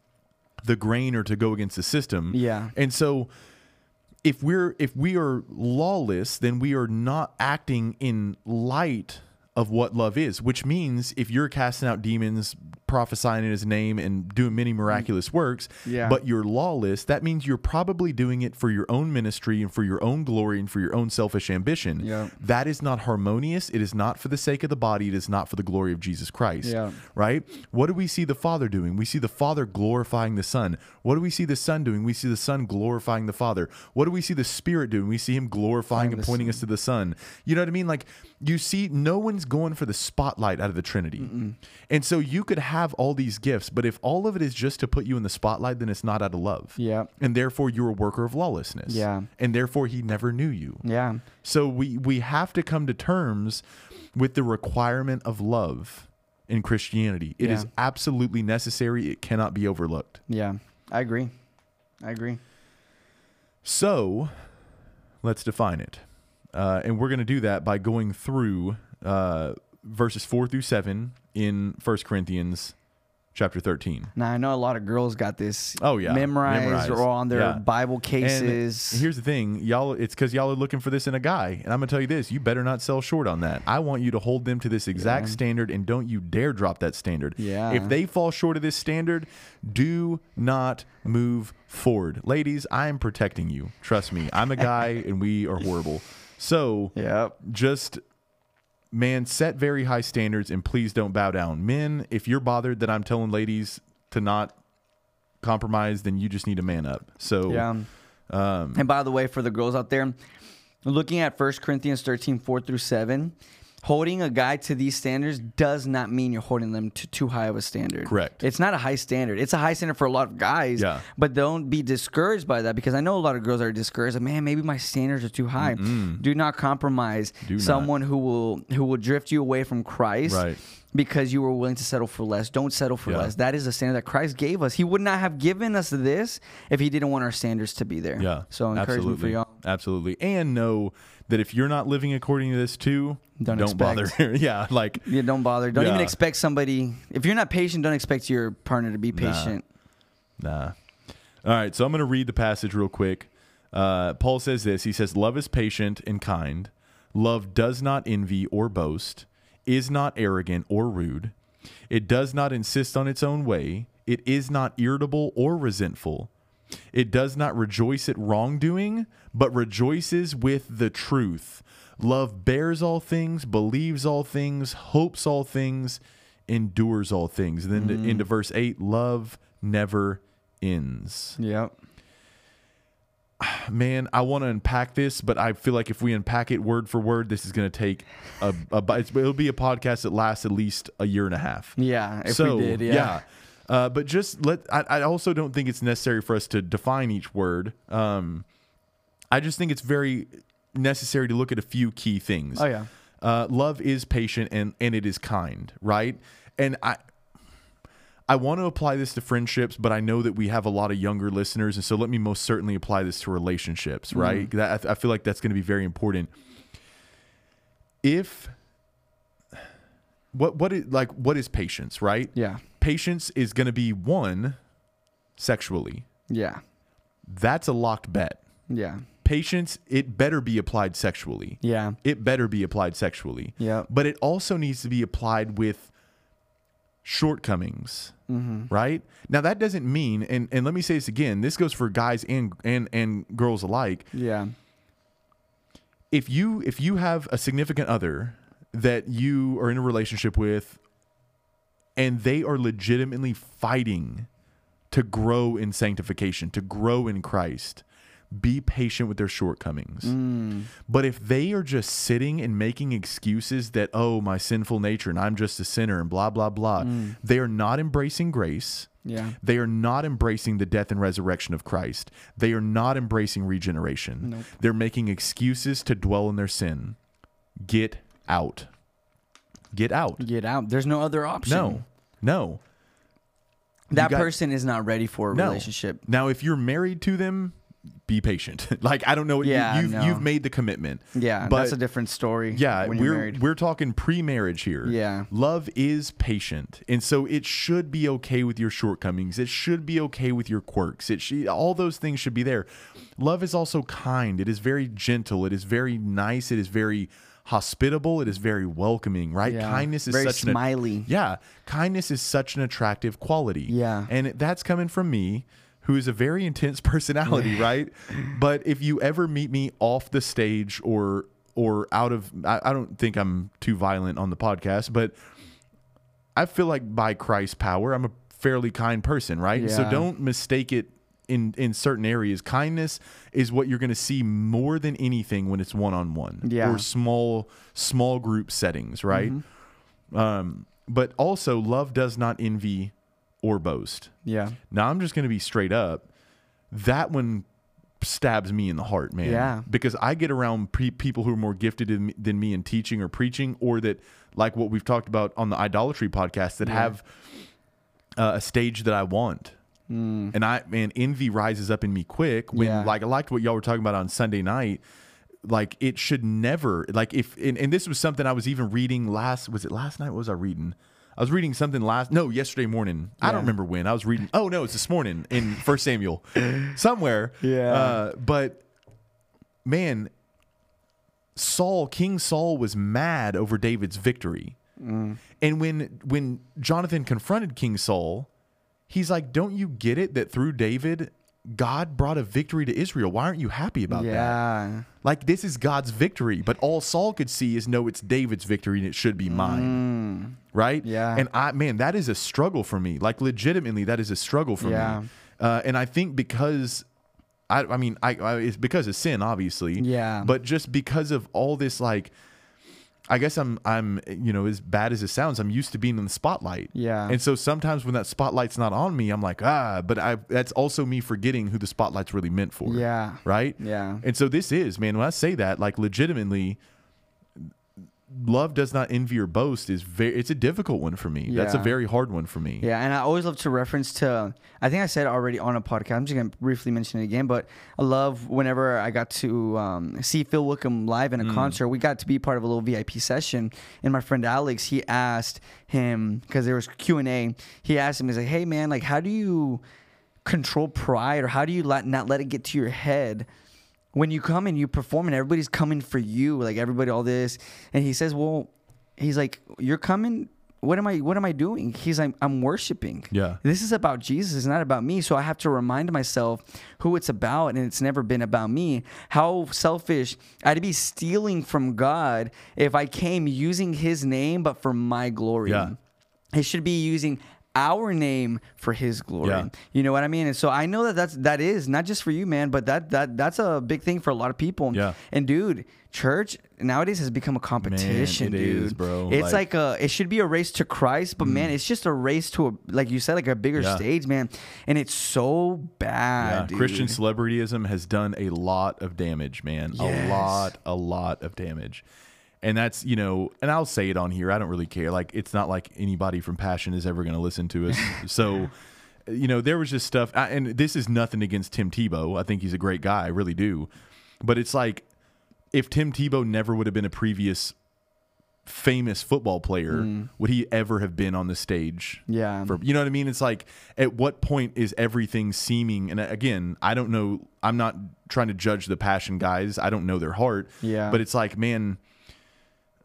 B: the grain or to go against the system.
A: Yeah.
B: And so if we're if we are lawless, then we are not acting in light of what love is, which means if you're casting out demons, prophesying in his name and doing many miraculous works,
A: Yeah.
B: but you're lawless, that means you're probably doing it for your own ministry and for your own glory and for your own selfish ambition.
A: Yeah.
B: That is not harmonious. It is not for the sake of the body. It is not for the glory of Jesus Christ.
A: Yeah.
B: Right? What do we see the Father doing? We see the Father glorifying the Son. What do we see the Son doing? We see the Son glorifying the Father. What do we see the Spirit doing? We see Him glorifying and pointing us to the Son. You know what I mean? Like, you see, no one's going for the spotlight out of the Trinity. And so you could have all these gifts, but if all of it is just to put you in the spotlight, then it's not out of love.
A: Yeah.
B: And therefore, you're a worker of lawlessness.
A: Yeah.
B: And therefore, He never knew you.
A: Yeah.
B: So we we have to come to terms with the requirement of love in Christianity. It is
A: Yeah.
B: absolutely necessary. It cannot be overlooked.
A: Yeah. I agree. I agree.
B: So let's define it, uh, and we're going to do that by going through uh, verses four through seven in First Corinthians chapter thirteen.
A: Now I know a lot of girls got this.
B: Oh, yeah.
A: memorized,
B: Memorized.
A: or on their
B: Yeah.
A: Bible
B: And
A: cases.
B: here's the thing, y'all. It's because y'all are looking for this in a guy, and I'm gonna tell you this: you better not sell short on that. I want you to hold them to this exact standard, and don't you dare drop that standard.
A: Yeah.
B: If they fall short of this standard, do not move forward, ladies. I am protecting you. Trust me. I'm a guy, and we are horrible. So
A: yep.
B: just man set very high standards and please don't bow down men if you're bothered that i'm telling ladies to not compromise then you just need to man up so um,
A: Yeah. and by the way, for the girls out there, looking at 1 Corinthians 13, 4 through 7, holding a guy to these standards does not mean you're holding them to too high of a standard.
B: Correct.
A: It's not a high standard. It's a high standard for a lot of guys.
B: Yeah.
A: But don't be discouraged by that because I know a lot of girls are discouraged. Like, Man, maybe my standards are too high. Do not compromise
B: Do not.
A: someone who will who will drift you away from Christ.
B: Right.
A: Because you were willing to settle for less. Don't settle for
B: Yeah.
A: less. That is the standard that Christ gave us. He would not have given us this if he didn't want our standards to be there.
B: Yeah.
A: So encouragement for
B: absolutely.
A: y'all.
B: Absolutely. And know that if you're not living according to this too,
A: Don't
B: don't, bother. yeah. Like
A: Yeah, don't bother. Don't even
B: Yeah.
A: expect somebody. If you're not patient, don't expect your partner to be patient.
B: Nah. All right, so I'm going to read the passage real quick. Uh, Paul says this He says, Love is patient and kind. Love does not envy or boast, is not arrogant or rude. It does not insist on its own way. It is not irritable or resentful. It does not rejoice at wrongdoing, but rejoices with the truth. Love bears all things, believes all things, hopes all things, endures all things. And then into verse 8 love never ends.
A: Yep.
B: Man, I want to unpack this, but I feel like if we unpack it word for word, this is going to take a, a bi- it'll be a podcast that lasts at least a year and a half
A: Yeah. If we did, yeah.
B: Uh, but just let. I, I also don't think it's necessary for us to define each word. Um, I just think it's very necessary to look at a few key things.
A: Oh, yeah.
B: Uh, love is patient and and it is kind, right? And I. I want to apply this to friendships, but I know that we have a lot of younger listeners, and so let me most certainly apply this to relationships,
A: Mm-hmm.
B: right? That, I, I feel like that's going to be very important. If what what is like what is patience, right?
A: Yeah.
B: patience is going to be one sexually.
A: Yeah.
B: That's a locked bet.
A: Yeah.
B: Patience, it better be applied sexually.
A: Yeah.
B: It better be applied sexually.
A: Yep.
B: But it also needs to be applied with shortcomings. Right? Now that doesn't mean and, and let me say this again, this goes for guys and and and girls alike.
A: Yeah.
B: if you if you have a significant other that you are in a relationship with and they are legitimately fighting to grow in sanctification to grow in christ be patient with their shortcomings but if they are just sitting and making excuses that oh my sinful nature and i'm just a sinner and blah blah blah they are not embracing grace
A: Yeah.
B: they are not embracing the death and resurrection of Christ. They are not embracing regeneration. They're making excuses to dwell in their sin. Get out. Get out.
A: Get out. There's no other option.
B: No. No.
A: That
B: got-
A: person is not ready for a
B: No.
A: relationship.
B: Now, if you're married to them, be patient. like I don't know.
A: Yeah,
B: you, you've
A: no.
B: you've made the commitment.
A: Yeah,
B: but
A: that's a different story.
B: yeah,
A: when
B: we're
A: you're married.
B: we're talking pre-marriage here.
A: Yeah.
B: love is patient, and so it should be okay with your shortcomings. It should be okay with your quirks. It should, all those things should be there. Love is also kind. It is very gentle. It is very nice. It is very hospitable. It is very welcoming. Right?
A: Yeah.
B: Kindness is
A: Very
B: such an-
A: smiley.
B: yeah, kindness is such an attractive quality.
A: Yeah.
B: And that's coming from me, who is a very intense personality, right? But if you ever meet me off the stage or or out of I, I don't think I'm too violent on the podcast, but I feel like by Christ's power, I'm a fairly kind person, right? So
A: Yeah.
B: don't mistake it in in certain areas. Kindness is what you're going to see more than anything when it's one on one
A: Yeah.
B: or small small group settings, right? Um, but also, love does not envy or boast.
A: yeah,
B: Now, I'm just going to be straight up. That one stabs me in the heart, man.
A: Yeah.
B: Because I get around pre- people who are more gifted in, than me in teaching or preaching, or that, like what we've talked about on the idolatry podcast, that have uh, a stage that I want. And I, man, envy rises up in me quick when,
A: Hmm. Yeah.
B: like, I liked what y'all were talking about on Sunday night. Like, it should never, like, if, and, and this was something I was even reading last, was it last night? What was I reading? I was reading something last, no, yesterday morning. I don't
A: Yeah.
B: remember when. I was reading, oh, no, it's this morning in First Samuel, somewhere.
A: Yeah.
B: Uh, but, man, Saul, King Saul was mad over David's victory.
A: Mm.
B: And when when Jonathan confronted King Saul, he's like, "Don't you get it that through David, God brought a victory to Israel? Why aren't you happy about that?
A: yeah.
B: Like this is God's victory, but all Saul could see is no, it's David's victory and it should be mine." Right?
A: Mm. Yeah.
B: And I man, that is a struggle for me. Like legitimately, that is a struggle for
A: Yeah.
B: me. Uh, and I think because I, I mean, I, I it's because of sin, obviously.
A: Yeah.
B: But just because of all this, like, I guess I'm, I'm, you know, as bad as it sounds, I'm used to being in the spotlight.
A: Yeah.
B: And so sometimes when that spotlight's not on me, I'm like, ah, but I, that's also me forgetting who the spotlight's really meant for.
A: Yeah.
B: Right.
A: Yeah.
B: And so this is, man, when I say that, like, legitimately, love does not envy or boast is very, it's a difficult one for me. That's a
A: Yeah.
B: very hard one for me.
A: Yeah, and I always love to reference to. I think I said it already on a podcast. I'm just gonna briefly mention it again, but I love whenever I got to um, see Phil Wickham live
B: Mm.
A: in a concert. We got to be part of a little VIP session, and my friend Alex he asked him because there was Q and A. He asked him, he's like, "Hey man, like how do you control pride, or how do you let, not let it get to your head?" When you come and you perform and everybody's coming for you, like everybody, all this, and he says, "Well, he's like, you're coming. What am I? What am I doing?" He's like, "I'm worshiping."
B: Yeah.
A: This is about Jesus, it's not about me. So I have to remind myself who it's about, and it's never been about me. How selfish I'd be stealing from God if I came using His name, but for my glory.
B: Yeah.
A: It should be using our name for his glory.
B: Yeah.
A: You know what I mean? And so I know that that's that is not just for you, man, but that that that's a big thing for a lot of people.
B: Yeah.
A: And dude, church nowadays has become a competition,
B: it
A: dude.
B: is, bro.
A: It's
B: Like- Mm.
A: like, a it should be a race to Christ, but man, it's just a race to a like you said, like a bigger
B: Yeah.
A: stage, man. And it's so bad.
B: Yeah,
A: dude.
B: Christian celebrityism has done a lot of damage, man. A
A: Yes.
B: lot, a lot of damage. And that's, you know, and I'll say it on here. I don't really care. Like, it's not like anybody from Passion is ever going to listen to us. so, you know, there was just stuff. I, and this is nothing against Tim Tebow. I think he's a great guy. I really do. But it's like, if Tim Tebow never would have been a previous famous football player,
A: Mm.
B: would he ever have been on the stage?
A: Yeah.
B: For, you know what I mean? It's like, at what point is everything seeming, and uh, again, I don't know, I'm not trying to judge the passion guys, I don't know their heart.
A: Yeah.
B: But it's like, man,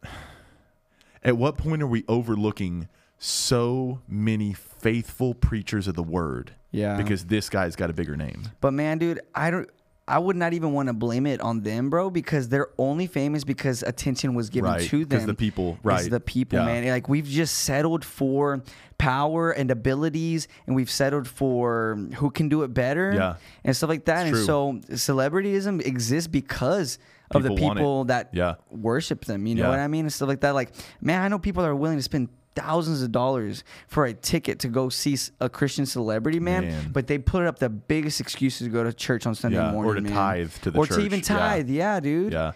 B: at what point are we overlooking so many faithful preachers of the word?
A: Yeah.
B: Because this guy's got a bigger name.
A: But man, dude, I don't. I would not even want to blame it on them, bro, because they're only famous because attention was given
B: Right,
A: to them.
B: 'cause the people- right,
A: Because the people,
B: yeah.
A: man. Like we've just settled for power and abilities, and we've settled for who can do it better,
B: Yeah.
A: and stuff like that.
B: It's
A: and so, celebrityism exists because of the
B: People want it.
A: people that
B: Yeah.
A: worship them. You know
B: Yeah.
A: what I mean? And stuff like that. Like, man, I know people that are willing to spend thousands of dollars for a ticket to go see s- a Christian celebrity, man.
B: Man.
A: But they put up the biggest excuses to go to church on Sunday
B: Yeah, or
A: morning,
B: to
A: man.
B: tithe to the
A: or
B: church,
A: to even
B: yeah.
A: tithe. Yeah, dude.
B: Yeah.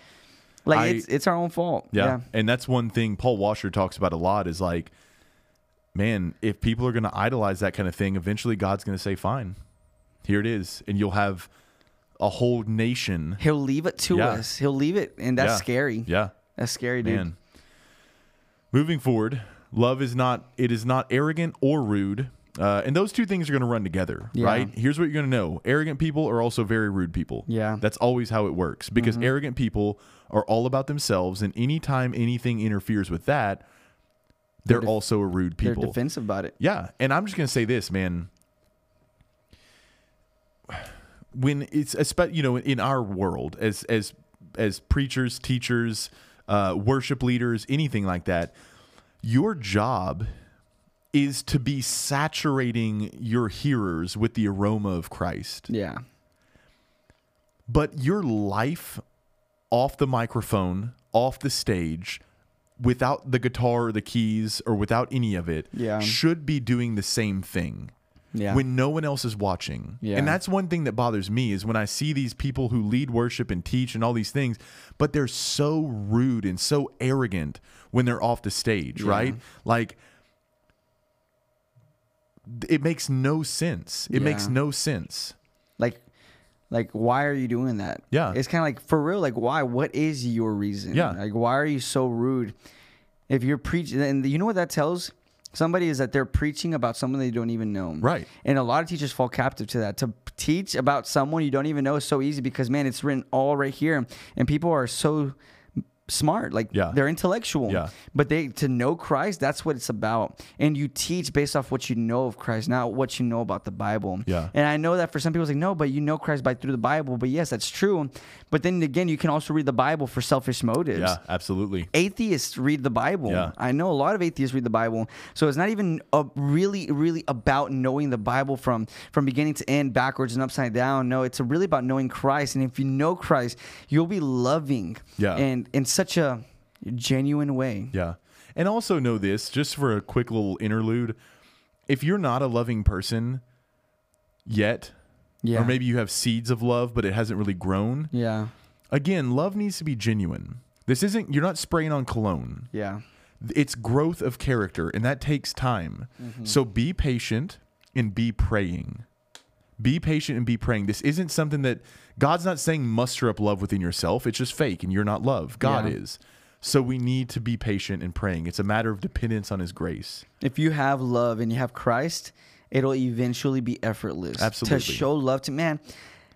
A: Like
B: I-
A: it's it's our own fault.
B: Yeah.
A: Yeah.
B: And that's one thing Paul Washer talks about a lot is like, man, if people are going to idolize that kind of thing, eventually God's going to say, fine, here it is. And you'll have a whole nation.
A: He'll leave it to
B: Yeah.
A: us. He'll leave it, and that's
B: Yeah.
A: scary.
B: Yeah.
A: That's scary, dude.
B: Man. Moving forward, love is not it is not arrogant or rude. Uh, and those two things are going to run together,
A: Yeah.
B: right? Here's what you're going to know. Arrogant people are also very rude people.
A: Yeah. Mm-hmm.
B: That's always how it works because arrogant people are all about themselves and anytime anything interferes with that, they're,
A: def-
B: also a rude
A: They're
B: people.
A: defensive about it.
B: Yeah, and I'm just gonna say this, man. When it's espe- you know in our world as as as preachers, teachers, uh, worship leaders, anything like that, your job is to be saturating your hearers with the aroma of Christ.
A: Yeah.
B: But your life off the microphone, off the stage, without the guitar or the keys or without any of it,
A: Yeah.
B: should be doing the same thing
A: Yeah.
B: when no one else is watching.
A: Yeah.
B: And that's one thing that bothers me is when I see these people who lead worship and teach and all these things, but they're so rude and so arrogant when they're off the stage, right? Like it makes no sense. It makes
A: Yeah.
B: no sense.
A: like, like, why are you doing that?
B: Yeah.
A: It's kind of like for real. Like, why? What is your reason?
B: Yeah.
A: Like, why are you so rude? If you're preaching, and you know what that tells somebody is that they're preaching about someone they don't even know.
B: Right.
A: And a lot of teachers fall captive to that. To teach about someone you don't even know is so easy because man, it's written all right here, and people are so smart. Like
B: Yeah.
A: they're intellectual.
B: Yeah.
A: But they to know Christ, that's what it's about. And you teach based off what you know of Christ, not what you know about the Bible.
B: Yeah.
A: And I know that for some people it's like, no, but you know Christ by through the Bible. But yes, that's true. But then again, you can also read the Bible for selfish motives
B: Yeah, absolutely.
A: atheists read the Bible.
B: Yeah.
A: I know a lot of atheists read the Bible. So it's not even a really, really about knowing the Bible from from beginning to end, backwards and upside down. No, it's really about knowing Christ. And if you know Christ, you'll be loving.
B: Yeah.
A: And in such a genuine way.
B: Yeah. And also know this, just for a quick little interlude, if you're not a loving person yet,
A: Yeah.
B: or maybe you have seeds of love but it hasn't really grown,
A: Yeah.
B: again, love needs to be genuine. This isn't you're not spraying on cologne.
A: Yeah.
B: It's growth of character and that takes time. So be patient and be praying. Be patient and be praying. This isn't something that God's not saying muster up love within yourself. It's just fake and you're not love. God
A: Yeah.
B: is. So we need to be patient and praying. It's a matter of dependence on his grace.
A: If you have love and you have Christ, it'll eventually be effortless.
B: Absolutely.
A: To show love to man,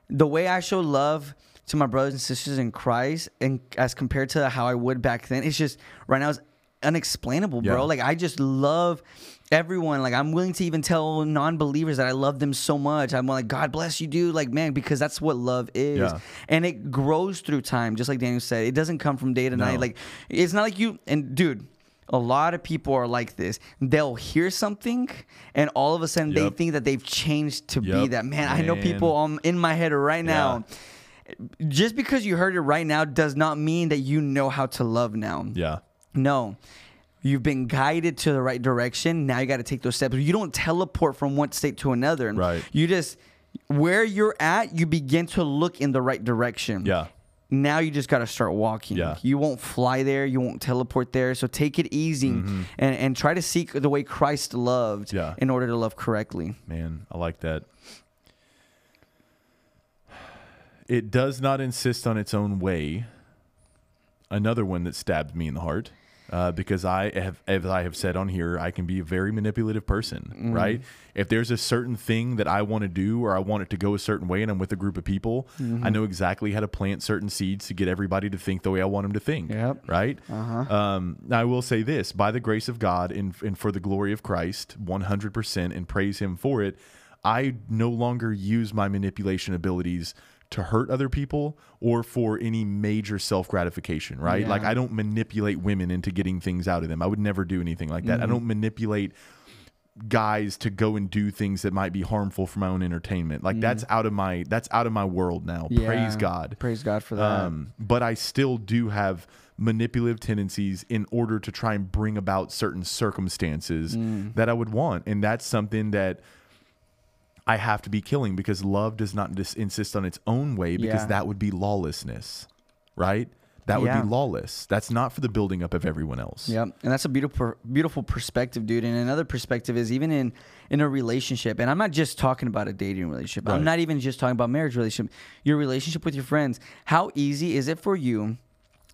A: the way I show love to my brothers and sisters in Christ, and as compared to how I would back then, it's just right now it's unexplainable,
B: Yeah.
A: bro. Like I just love everyone. Like I'm willing to even tell non-believers that I love them so much. I'm like, God bless you, dude. Like man, because that's what love is,
B: Yeah.
A: and it grows through time. Just like Daniel said, it doesn't come from day to night.
B: No.
A: Like it's not like you and dude. A lot of people are like this. They'll hear something, and all of a sudden they
B: Yep.
A: think that they've changed to be
B: Yep.
A: that. Man, I know
B: Man.
A: people um, in my head right now. Just because you heard it right now does not mean that you know how to love now.
B: Yeah.
A: No. You've been guided to the right direction. Now you got to take those steps. You don't teleport from one state to another.
B: Right.
A: You just, where you're at, you begin to look in the right direction.
B: Yeah.
A: Now you just got to start walking.
B: Yeah.
A: You won't fly there. You won't teleport there. So take it easy and, and try to seek the way Christ loved
B: Mm-hmm. Yeah.
A: in order to love correctly.
B: Man, I like that. It does not insist on its own way. Another one that stabbed me in the heart. Uh, because I have, as I have said on here, I can be a very manipulative person, right? If there's a certain thing that I want to do or I want it to go a certain way and I'm with a group of people, I know exactly how to plant certain seeds to get everybody to think the way I want them to think,
A: Yep.
B: right? Uh-huh. Um, now I will say this by the grace of God and, and for the glory of Christ, 100%, and praise Him for it, I no longer use my manipulation abilities to hurt other people or for any major self gratification, right?
A: Yeah.
B: Like, I don't manipulate women into getting things out of them. I would never do anything like that. I
A: Mm-hmm.
B: don't manipulate guys to go and do things that might be harmful for my own entertainment. Like that's out of my that's out of my world now. Praise
A: Mm. Yeah.
B: God.
A: Praise God for that.
B: Um, but I still do have manipulative tendencies in order to try and bring about certain circumstances
A: Mm.
B: that I would want. And that's something that I have to be killing because love does not dis- insist on its own way because
A: Yeah.
B: that would be lawlessness, right? That would
A: Yeah.
B: be lawless. That's not for the building up of everyone else.
A: Yep, and that's a beautiful, beautiful perspective, dude. And another perspective is even in in a relationship, and I'm not just talking about a dating relationship.
B: Right.
A: I'm not even just talking about marriage relationship. Your relationship with your friends. How easy is it for you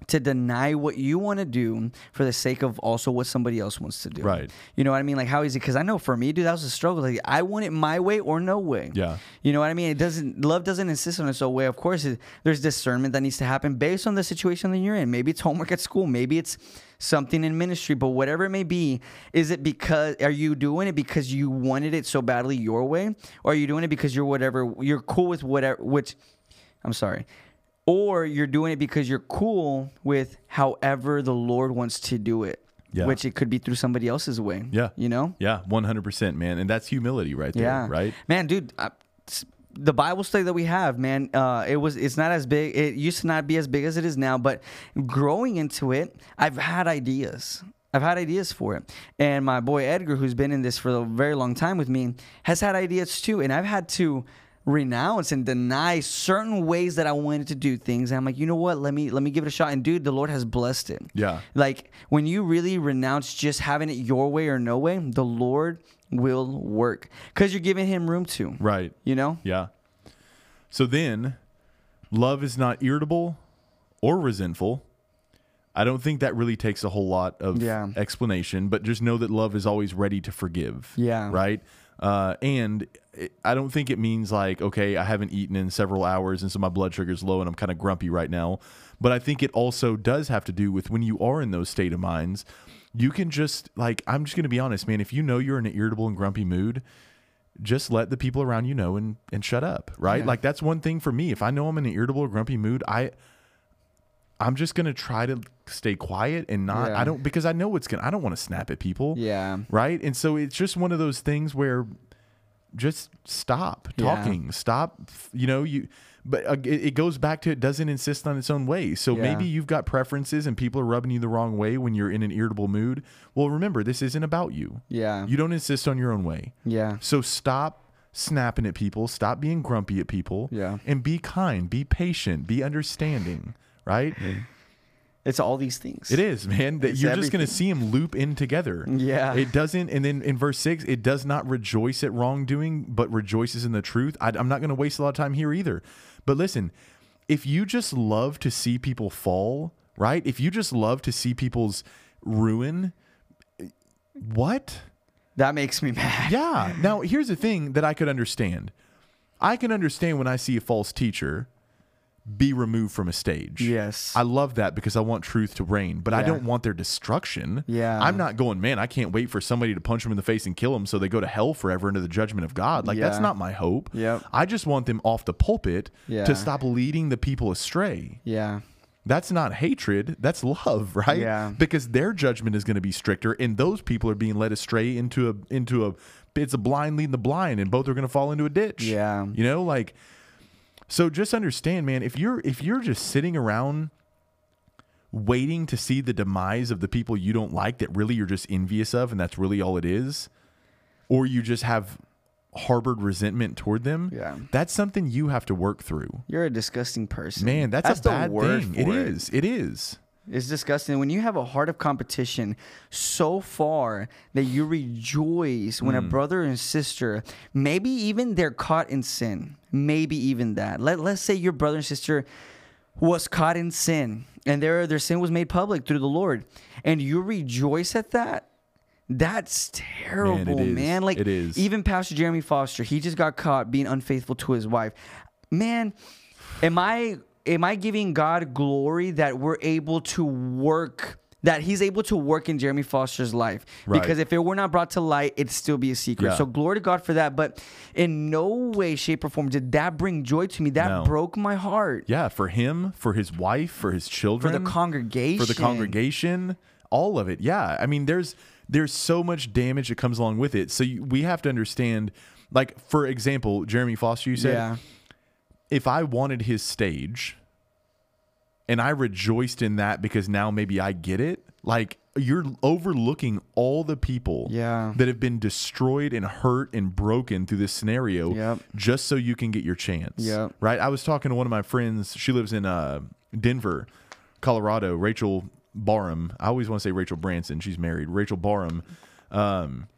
A: to deny what you want to do for the sake of also what somebody else wants to do?
B: Right.
A: You know what I mean? Like how easy? Because I know for me, dude, that was a struggle. Like I want it my way or no way.
B: Yeah.
A: You know what I mean? It doesn't love doesn't insist on its own way. Of course, it, there's discernment that needs to happen based on the situation that you're in. Maybe it's homework at school, maybe it's something in ministry, but whatever it may be, is it because are you doing it because you wanted it so badly your way, or are you doing it because you're whatever you're cool with whatever which I'm sorry. Or you're doing it because you're cool with however the Lord wants to do it,
B: Yeah.
A: which it could be through somebody else's way.
B: Yeah.
A: You know?
B: Yeah, 100%, man. And that's humility right there,
A: yeah
B: right?
A: man dude I, s- the bible study that we have man uh it was it's not as big it used to not be as big as it is now but growing into it i've had ideas I've had ideas for it. And my boy Edgar, who's been in this for a very long time with me, has had ideas too. And I've had to renounce and deny certain ways that I wanted to do things. And I'm like, you know what? Let me let me give it a shot. And dude, the Lord has blessed it.
B: Yeah.
A: Like when you really renounce just having it your way or no way, the Lord will work because you're giving Him room to.
B: Right.
A: You know?
B: Yeah. So then, love is not irritable or resentful. I don't think that really takes a whole lot of
A: Yeah.
B: explanation, but just know that love is always ready to forgive.
A: Yeah.
B: Right. Uh, and it, I don't think it means like, okay, I haven't eaten in several hours and so my blood sugar's low and I'm kind of grumpy right now. But I think it also does have to do with when you are in those state of minds, you can just, like, I'm just going to be honest, man, if you know you're in an irritable and grumpy mood, just let the people around you know and and shut up right like that's one thing for me if i know i'm in an irritable or grumpy mood i i'm just gonna try to stay quiet and not
A: Yeah.
B: i don't because i know what's gonna i don't want to snap at people
A: Yeah.
B: right and so it's just one of those things where just stop
A: Yeah.
B: talking stop you know you but uh, it, it goes back to it doesn't insist on its own way so
A: Yeah.
B: maybe you've got preferences and people are rubbing you the wrong way when you're in an irritable mood well remember this isn't about you
A: Yeah.
B: you don't insist on your own way
A: yeah.
B: so stop snapping at people, stop being grumpy at people,
A: Yeah.
B: and be kind, be patient, be understanding, right?
A: It's all these things.
B: It is, man, that
A: It's
B: you're just going to see them loop in together.
A: Yeah.
B: It doesn't, and then in verse six, it does not rejoice at wrongdoing, but rejoices in the truth. I, I'm not going to waste a lot of time here either. But listen, if you just love to see people fall, right? If you just love to see people's ruin, what?
A: That makes me mad.
B: Yeah. Now, here's the thing that I could understand. I can understand when I see a false teacher be removed from a stage.
A: Yes.
B: I love that because I want truth to reign, but I
A: Yeah.
B: don't want their destruction.
A: Yeah.
B: I'm not going, man, I can't wait for somebody to punch them in the face and kill them so they go to hell forever into the judgment of God. Like, that's
A: Yeah.
B: not my hope.
A: Yep.
B: I just want them off the pulpit
A: Yeah.
B: to stop leading the people astray.
A: Yeah.
B: That's not hatred. That's love, right?
A: Yeah.
B: Because their judgment is going to be stricter, and those people are being led astray into a into a it's a blind leading the blind, and both are going to fall into a ditch.
A: Yeah.
B: You know, like so. Just understand, man. If you're if you're just sitting around waiting to see the demise of the people you don't like that really you're just envious of, and that's really all it is, or you just have harbored resentment toward them.
A: Yeah.
B: That's something you have to work through.
A: You're a disgusting person.
B: Man, that's, a
A: the
B: bad
A: word
B: thing.
A: for
B: It is. It is.
A: It's disgusting when you have a heart of competition so far that you rejoice when a
B: Mm.
A: brother and sister, maybe even they're caught in sin. Maybe even that. Let, let's say your brother and sister was caught in sin and their, their sin was made public through the Lord, and you rejoice at that. That's terrible, man.
B: is.
A: Like
B: It is.
A: even Pastor Jeremy Foster, he just got caught being unfaithful to his wife. Man, am I am I giving God glory that we're able to work that he's able to work in Jeremy Foster's life?
B: Right.
A: Because if it were not brought to light, it'd still be a secret.
B: Yeah.
A: So glory to God for that. But in no way, shape, or form did that bring joy to me. That
B: No.
A: broke my heart.
B: Yeah, for him, for his wife, for his
A: For
B: children,
A: the congregation.
B: for the congregation, all of it. Yeah, I mean, there's there's so much damage that comes along with it. So you, we have to understand, like for example, Jeremy Foster, you said,
A: Yeah.
B: if I wanted his stage, and I rejoiced in that because now maybe I get it. Like you're overlooking all the people
A: Yeah.
B: that have been destroyed and hurt and broken through this scenario
A: Yep.
B: just so you can get your chance.
A: Yep.
B: Right? I was talking to one of my friends, she lives in uh Denver, Colorado, Rachel Barham. I always want to say Rachel Branson. She's married. Rachel Barham. Um,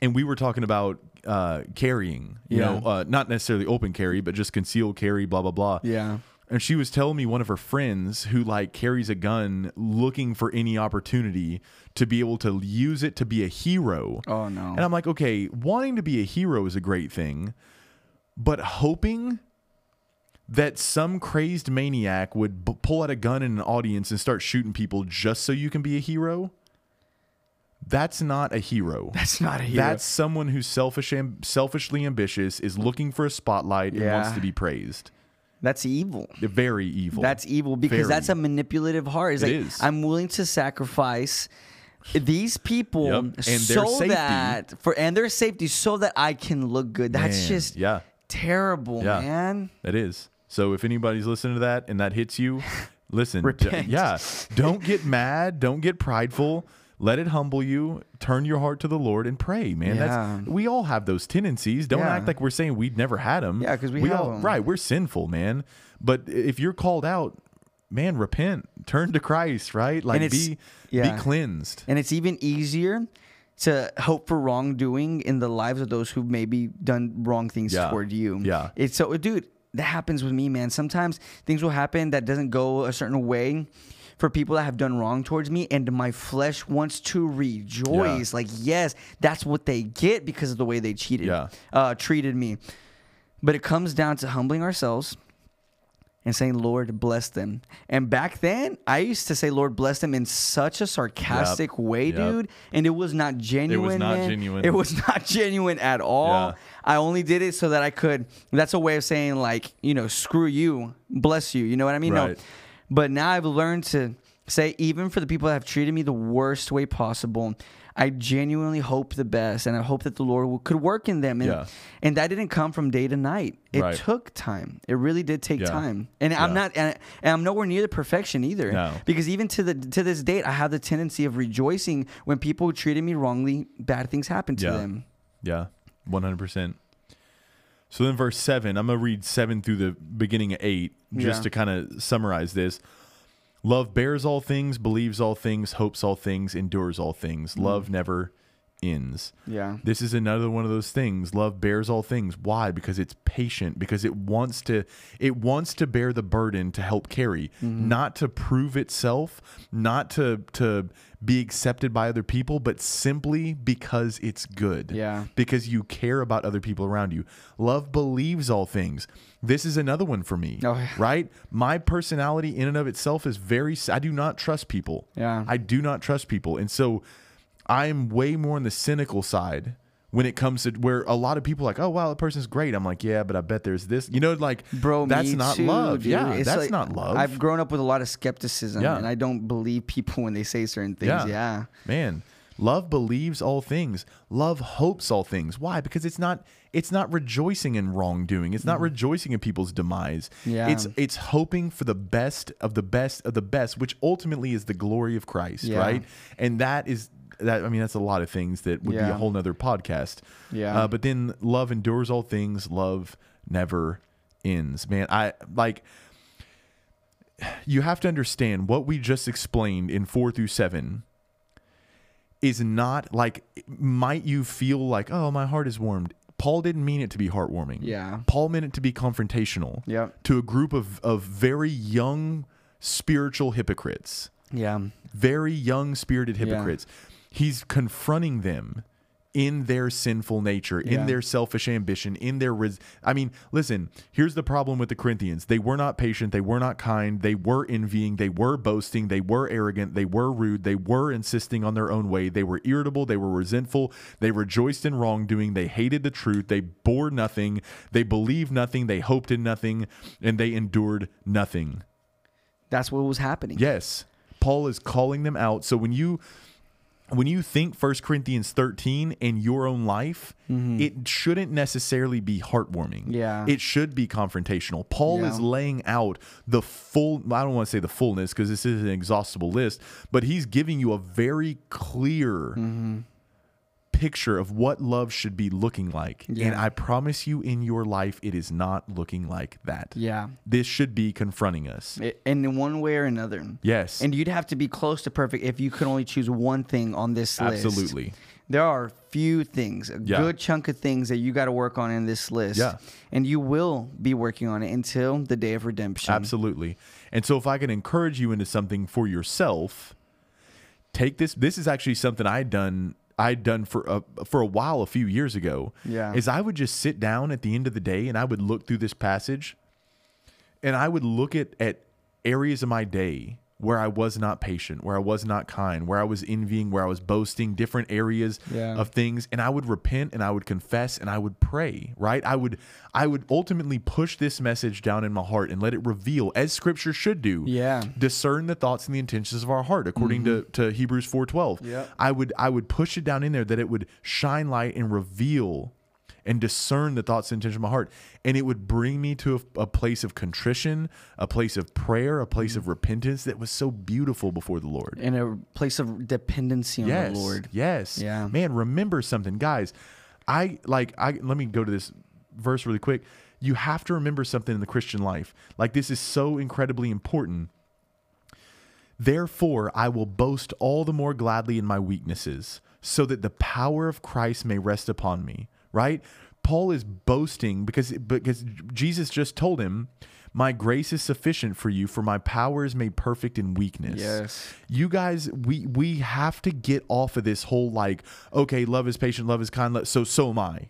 B: and we were talking about uh, carrying, you
A: Yeah.
B: know, uh, not necessarily open carry, but just concealed carry, blah, blah, blah.
A: Yeah.
B: And she was telling me one of her friends who like carries a gun looking for any opportunity to be able to use it to be a hero.
A: Oh, no.
B: And I'm like, okay, wanting to be a hero is a great thing, but hoping that some crazed maniac would b- pull out a gun in an audience and start shooting people just so you can be a hero, that's not a hero.
A: That's not a hero.
B: That's someone who's selfish and selfishly ambitious, is looking for a spotlight and
A: Yeah.
B: wants to be praised.
A: That's evil.
B: They're very evil.
A: That's evil because
B: Very.
A: that's a manipulative heart. It's
B: It
A: like
B: is.
A: I'm willing to sacrifice these people
B: Yep. And their
A: so
B: safety.
A: that for and their safety so that I can look good. That's
B: Man,
A: just
B: yeah.
A: terrible,
B: Yeah.
A: man.
B: That is. So if anybody's listening to that and that hits you, listen. d-
A: Repent.
B: yeah. Don't get mad. Don't get prideful. Let it humble you. Turn your heart to the Lord and pray, man. That's
A: Yeah.
B: we all have those tendencies. Don't
A: Yeah.
B: act like we're saying we'd never had them.
A: Yeah, 'cause we have 'em.
B: right. We're sinful, man. But if you're called out, man, repent. Turn to Christ. Right. Like
A: And it's-
B: be
A: yeah.
B: be cleansed.
A: And it's even easier to hope for wrongdoing in the lives of those who maybe done wrong things
B: Yeah.
A: toward you.
B: Yeah.
A: It's so dude, that happens with me, man. Sometimes things will happen that doesn't go a certain way for people that have done wrong towards me and my flesh wants to rejoice. Like, yes, that's what they get because of the way they cheated
B: Yeah.
A: uh treated me. But it comes down to humbling ourselves and saying, Lord, bless them. And back then, I used to say, Lord, bless them in such a sarcastic way,
B: Yep.
A: dude. And it was not genuine.
B: not
A: man.
B: genuine.
A: It was not genuine at all.
B: Yeah.
A: I only did it so that I could. That's a way of saying, like, you know, screw you, bless you. You know what I mean? No.
B: Right.
A: But now I've learned to say, even for the people that have treated me the worst way possible, I genuinely hope the best, and I hope that the Lord will- could work in them. And,
B: Yeah.
A: and that didn't come from day to night. It
B: Right.
A: took time. It really did take
B: Yeah.
A: time. And I'm
B: Yeah.
A: not, and and I'm nowhere near the perfection either.
B: No.
A: Because even to the to this date, I have the tendency of rejoicing when people who treated me wrongly, bad things happen to
B: Yeah.
A: them.
B: Yeah, one hundred percent. So then, verse seven. I'm gonna read seven through the beginning of eight, just
A: Yeah.
B: to kind of summarize this. Love bears all things, believes all things, hopes all things, endures all things. Love never ends.
A: Mm. Yeah.
B: This is another one of those things. Love bears all things. Why? Because it's patient. Because it wants to. It wants to bear the burden to help carry,
A: Mm-hmm.
B: not to prove itself, not to to be accepted by other people, but simply because it's good
A: Yeah.
B: because you care about other people around you. Love believes all things. This is another one for me,
A: Oh, yeah.
B: right? My personality in and of itself is very, I do not trust people.
A: Yeah.
B: I do not trust people. And so I'm way more on the cynical side when it comes to where a lot of people are like, oh, wow, that person's great. I'm like, yeah, but I bet there's this, you know, like,
A: Bro,
B: that's
A: me
B: not
A: too,
B: love.
A: dude.
B: Yeah,
A: It's
B: that's
A: like,
B: not love.
A: I've grown up with a lot of skepticism,
B: Yeah.
A: and I don't believe people when they say certain things. Yeah.
B: Man, love believes all things. Love hopes all things. Why? Because it's not it's not rejoicing in wrongdoing. It's not rejoicing in people's demise.
A: Mm-hmm. Yeah.
B: It's it's hoping for the best of the best of the best, which ultimately is the glory of Christ,
A: Yeah.
B: right? And that is that I mean that's a lot of things that would be a
A: Yeah.
B: whole nother podcast.
A: Yeah.
B: Uh, but then love endures all things. Love never ends. Man, I like you have to understand what we just explained in four through seven is not like might you feel like oh my heart is warmed paul didn't mean it to be heartwarming
A: Yeah.
B: paul meant it to be confrontational
A: Yep.
B: to a group of, of very young spiritual hypocrites
A: Yeah.
B: very young spirited hypocrites. He's confronting them in their sinful nature, in
A: Yeah.
B: their selfish ambition, in their res- I mean, listen, here's the problem with the Corinthians. They were not patient, they were not kind, they were envying, they were boasting, they were arrogant, they were rude, they were insisting on their own way, they were irritable, they were resentful, they rejoiced in wrongdoing, they hated the truth, they bore nothing, they believed nothing, they hoped in nothing, and they endured nothing.
A: That's what was happening.
B: Yes. Paul is calling them out. So when you when you think 1 Corinthians 13 in your own life, it shouldn't necessarily be heartwarming.
A: Mm-hmm. Yeah.
B: It should be confrontational. Paul
A: Yeah.
B: is laying out the full I don't want to say the fullness because this is an
A: Mm-hmm.
B: exhaustible list, but he's giving you a very clear picture of what love should be looking like. And I promise you, in your life, it is not looking like that.
A: Yeah.
B: This should be confronting us.
A: I- in one way or another.
B: Yes.
A: And you'd have to be close to perfect if you could only choose one thing on this list.
B: Absolutely.
A: There are few things, a
B: Yeah.
A: good chunk of things that you got to work on in this list.
B: Yeah.
A: And you will be working on it until the day of redemption.
B: Absolutely. And so if I can encourage you into something for yourself, take this this is actually something I done I'd done for a for a while a few years ago.
A: Yeah.
B: Is I would just sit down at the end of the day and I would look through this passage and I would look at at areas of my day where I was not patient, where I was not kind, where I was envying, where I was boasting, different areas
A: Yeah.
B: of things and I would repent and I would confess and I would pray, right? I would I would ultimately push this message down in my heart and let it reveal as scripture should do.
A: Yeah. Mm-hmm.
B: Discern the thoughts and the intentions of our heart according to, to Hebrews 4:12.
A: Yep.
B: I would I would push it down in there that it would shine light and reveal and discern the thoughts and intentions of my heart and it would bring me to a, a place of contrition, a place of prayer, a place of repentance that was so beautiful before the Lord.
A: Mm-hmm. In a place of dependency on
B: Yes.
A: the Lord.
B: Yes.
A: Yeah.
B: Man, remember something, guys. I like I let me go to this verse really quick. You have to remember something in the Christian life. Like this is so incredibly important. Therefore, I will boast all the more gladly in my weaknesses, so that the power of Christ may rest upon me. Right? Paul is boasting because because Jesus just told him, "My grace is sufficient for you, for my power is made perfect in weakness."
A: Yes.
B: You guys, we we have to get off of this whole like, okay, love is patient, love is kind, lo- so so am I.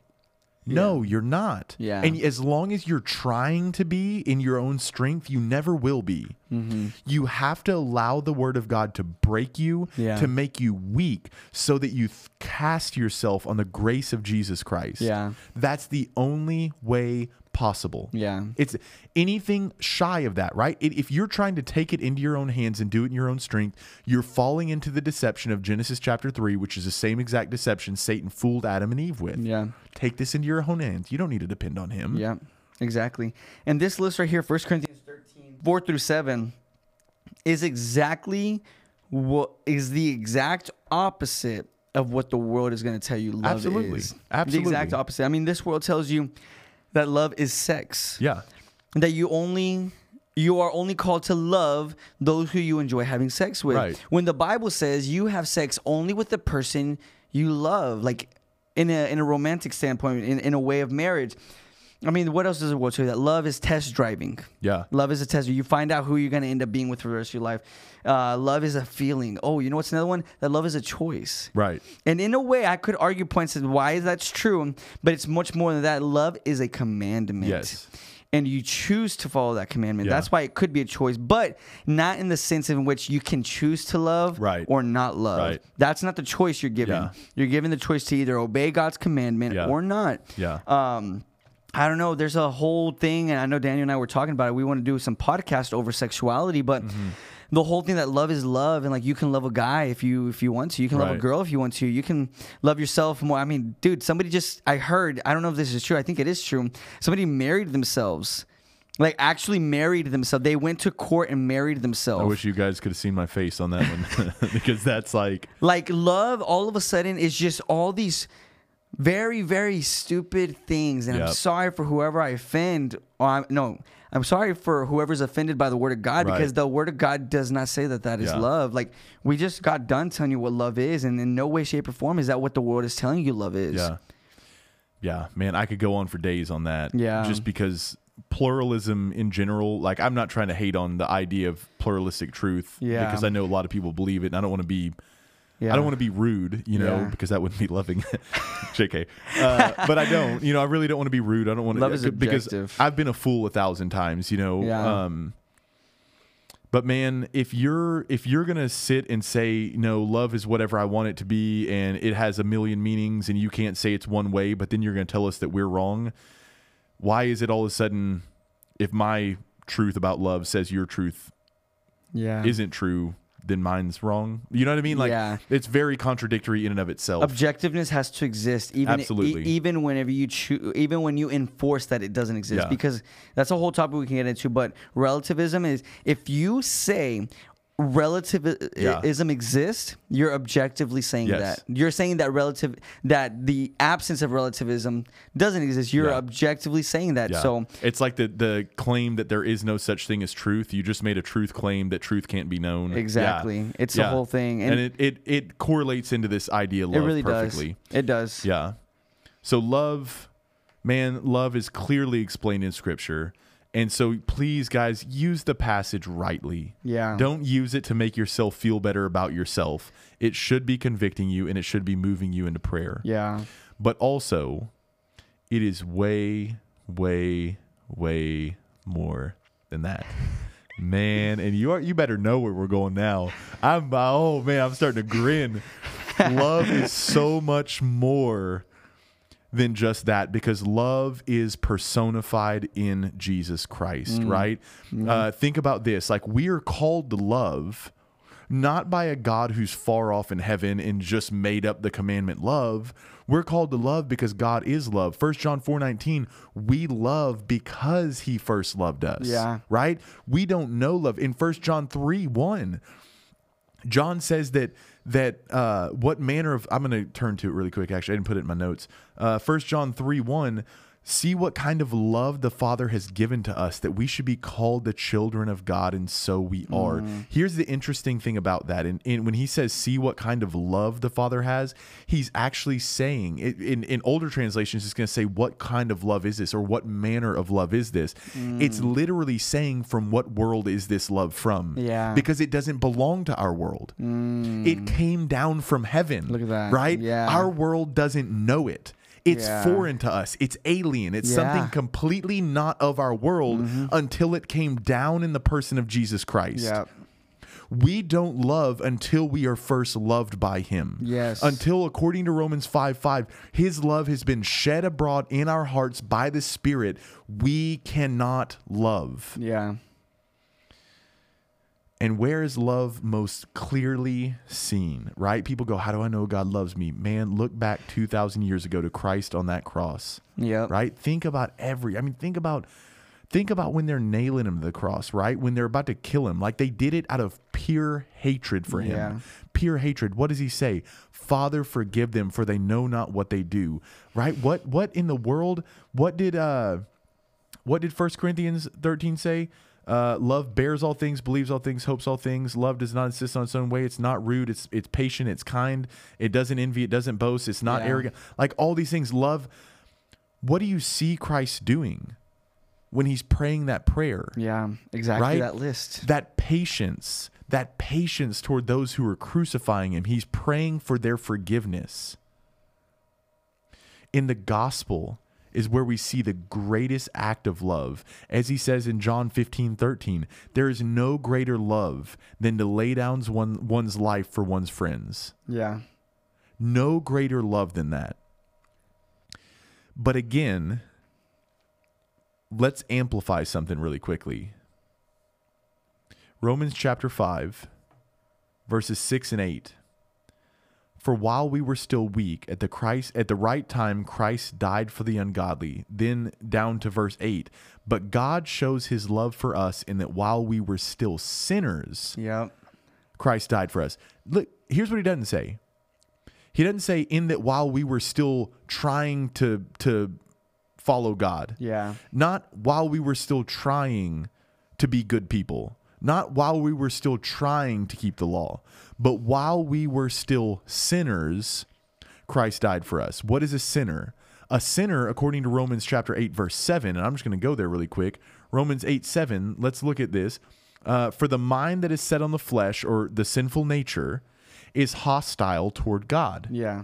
B: No, you're not.
A: Yeah.
B: And as long as you're trying to be in your own strength, you never will be.
A: Mm-hmm.
B: You have to allow the word of God to break you,
A: Yeah.
B: to make you weak, so that you th- cast yourself on the grace of Jesus Christ.
A: Yeah.
B: That's the only way possible.
A: Yeah.
B: It's anything shy of that, right? It, if you're trying to take it into your own hands and do it in your own strength, you're falling into the deception of Genesis chapter 3, which is the same exact deception Satan fooled Adam and Eve with.
A: Yeah.
B: Take this into your own hands. You don't need to depend on him.
A: Yeah, exactly. And this list right here, 1 Corinthians 13, 4 through 7, is exactly what is the exact opposite of what the world is going to tell you love
B: Absolutely.
A: is.
B: Absolutely.
A: The exact opposite. I mean, this world tells you that love is sex.
B: Yeah.
A: That you only you are only called to love those who you enjoy having sex with.
B: Right.
A: When the Bible says you have sex only with the person you love, like in a in a romantic standpoint, in, in a way of marriage. I mean, what else does the world tell you? That love is test driving.
B: Yeah.
A: Love is a test. You find out who you're going to end up being with for the rest of your life. Uh, love is a feeling. Oh, you know what's another one? That love is a choice.
B: Right.
A: And in a way, I could argue points as why that's true, but it's much more than that. Love is a commandment.
B: Yes.
A: And you choose to follow that commandment.
B: Yeah.
A: That's why it could be a choice, but not in the sense in which you can choose to love
B: Right.
A: or not love.
B: Right.
A: That's not the choice you're given.
B: Yeah.
A: You're given the choice to either obey God's commandment
B: Yeah.
A: or not.
B: Yeah.
A: Um, I don't know. There's a whole thing, and I know Daniel and I were talking about it. We want to do some podcast over sexuality, but the whole thing that love is love, and like you can love a guy if you if you want to, you can love a
B: Right.
A: girl if you want to, you can love yourself more. I mean, dude, somebody just I heard I don't know if this is true. I think it is true. Somebody married themselves, like actually married themselves. They went to court and married
B: I
A: themselves.
B: wish you guys could have seen my face on that one because that's like,
A: Like love, all of a sudden, is just all these very, very stupid things. And I'm
B: Yep.
A: sorry for whoever I offend. Or I'm, no, I'm sorry for whoever's offended by the word of God
B: Right.
A: because the word of God does not say that that is
B: Yeah.
A: love. Like we just got done telling you what love is, and in no way, shape, or form is that what the world is telling you love is.
B: yeah. Yeah. Man, I could go on for days on that.
A: Yeah.
B: Just because pluralism in general, like, I'm not trying to hate on the idea of pluralistic truth
A: Yeah.
B: because I know a lot of people believe it and I don't want to be
A: Yeah.
B: I don't want to be rude, you know,
A: Yeah.
B: because that wouldn't be loving. JK. Uh, but I don't, you know, I really don't want to be rude. I don't want to
A: Love is
B: because
A: objective.
B: I've been a fool a thousand times, you know.
A: Yeah.
B: Um but man, if you're if you're gonna sit and say no, love is whatever I want it to be, and it has a million meanings, and you can't say it's one way, but then you're gonna tell us that we're wrong. Why is it all of a sudden, if my truth about love says your truth
A: Yeah.
B: isn't true, then mine's wrong. You know what I mean? Like
A: Yeah.
B: it's very contradictory in and of itself.
A: Objectiveness has to exist, even
B: Absolutely.
A: e- even whenever you choo- even when you enforce that it doesn't exist,
B: Yeah.
A: because that's a whole topic we can get into. But relativism is if you say relativism
B: Yeah.
A: exists, you're objectively saying
B: Yes.
A: that. You're saying that relative that the absence of relativism doesn't exist. You're
B: Yeah.
A: objectively saying that.
B: Yeah.
A: So
B: it's like the the claim that there is no such thing as truth. You just made a truth claim that truth can't be known. Yeah.
A: Exactly. It's the whole thing.
B: and,
A: And-
B: it, it it correlates into this idea
A: it
B: love
A: really
B: perfectly.
A: does. It does.
B: Yeah. So love, man, love is clearly explained in scripture. And so please guys, use the passage rightly.
A: Yeah.
B: Don't use it to make yourself feel better about yourself. It should be convicting you and it should be moving you into prayer.
A: Yeah.
B: But also, it is way way way more than that. Man, and you are you better know where we're going now. I'm oh man, I'm starting to grin. love is so much more than just that because love is personified in Jesus Christ, right? Uh, think about this like, we are called to love not by a God who's far off in heaven and just made up the commandment love. We're called to love because God is love. 1 John 4:19, we love because he first loved us.
A: Yeah.
B: Right? We don't know love. In 1 John 3, 1, John says that that uh, what manner of I'm going to turn to it really quick. Actually, I didn't put it in my notes. Uh, First John three one. See what kind of love the Father has given to us that we should be called the children of God, and so we are. Here's the interesting thing about that. And, and when he says, see what kind of love the Father has, he's actually saying, i- in, in older translations, it's going to say, what kind of love is this, or what manner of love is this? It's literally saying, from what world is this love from?
A: Yeah.
B: Because because it doesn't belong to our world. It came down from heaven.
A: Mm. Look at that.
B: Right?
A: Yeah.
B: Our world doesn't know it. It's
A: Yeah.
B: foreign to us. It's alien. It's something
A: Yeah. Mm-hmm.
B: completely not of our world until it came down in the person of Jesus Christ.
A: Yeah.
B: We don't love until we are first loved by him.
A: Yes.
B: Until, according to Romans 5 5, his love has been shed abroad in our hearts by the Spirit, we cannot love.
A: Yeah.
B: And where is love most clearly seen, right? People go, How do I know God loves me? Man, look back 2,000 years ago to Christ on that cross,
A: Yep.
B: right? Think about every, I mean, think about. Think about when they're nailing him to the cross, right? When they're about to kill him. Like they did it out of pure hatred for him.
A: Yeah.
B: Pure hatred. What does he say? Father, forgive them, for they know not what they do. Right? What what in the world? What did uh what did 1 Corinthians 13 say? Uh, love bears all things, believes all things, hopes all things. Love does not insist on its own way. It's not rude. It's it's patient. It's kind. It doesn't envy. It doesn't boast. It's not
A: Yeah.
B: arrogant. Like all these things. Love. What do you see Christ doing when he's praying that prayer?
A: Yeah. Exactly
B: Right?
A: that list.
B: That patience. That patience toward those who are crucifying him. He's praying for their forgiveness in the gospel is where we see the greatest act of love. As he says in John 15, 13, there is no greater love than to lay down one, one's life for one's friends.
A: Yeah.
B: No greater love than that. But again, let's amplify something really quickly. Romans chapter 5, verses 6 and 8. For while we were still weak, at the Christ at the right time Christ died for the ungodly. Then down to verse 8. But God shows his love for us in that while we were still sinners,
A: Yep.
B: Christ died for us. Look, here's what he doesn't say. He doesn't say in that while we were still trying to to follow God.
A: Yeah.
B: Not while we were still trying to be good people. Not while we were still trying to keep the law, but while we were still sinners, Christ died for us. What is a sinner? A sinner, according to Romans chapter 8, verse 7, and I'm just going to go there really quick. Romans 8, 7, let's look at this. Uh, for the mind that is set on the flesh or the sinful nature is hostile toward God.
A: Yeah.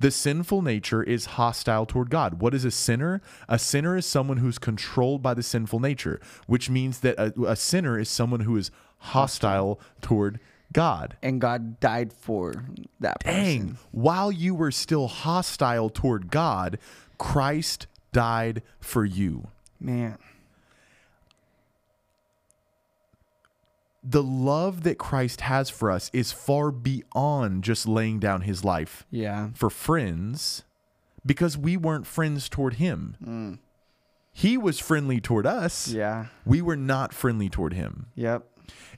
B: The sinful nature is hostile toward God. What is a sinner? A sinner is someone who's controlled by the sinful nature, which means that a, a sinner is someone who is hostile toward God.
A: And God died for that person.
B: Dang, while you were still hostile toward God, Christ died for you.
A: Man.
B: The love that Christ has for us is far beyond just laying down his life
A: Yeah.
B: for friends because we weren't friends toward him. He was friendly toward us.
A: Yeah.
B: We were not friendly toward him.
A: Yep.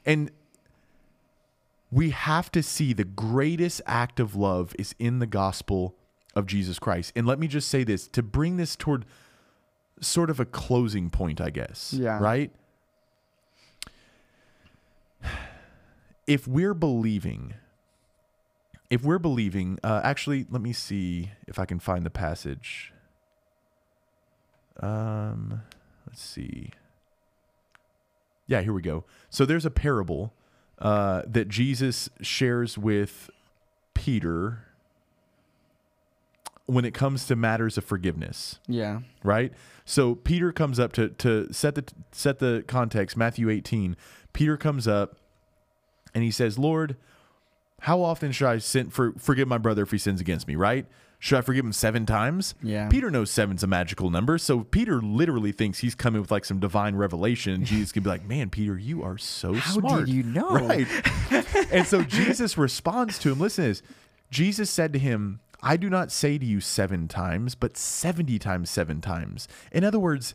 B: And we have to see the greatest act of love is in the gospel of Jesus Christ. And let me just say this to bring this toward sort of a closing point, I guess.
A: Yeah.
B: Right? If we're believing, if we're believing, uh, actually, let me see if I can find the passage. Um, let's see. Yeah, here we go. So there's a parable uh, that Jesus shares with Peter when it comes to matters of forgiveness
A: Yeah.
B: right? So Peter comes up to to set the set the context. Matthew 18. Peter comes up and he says, "Lord, how often should I sin for forgive my brother if he sins against me? Right? Should I forgive him seven times?
A: Yeah.
B: Peter knows seven's a magical number, so Peter literally thinks he's coming with like some divine revelation. And Jesus can be like, "Man, Peter, you are so
A: How did
B: smart.
A: you know?
B: Right? and so Jesus responds to him. Listen to this. Jesus said to him, I do not say to you seven times, but 70 times seven times. In other words,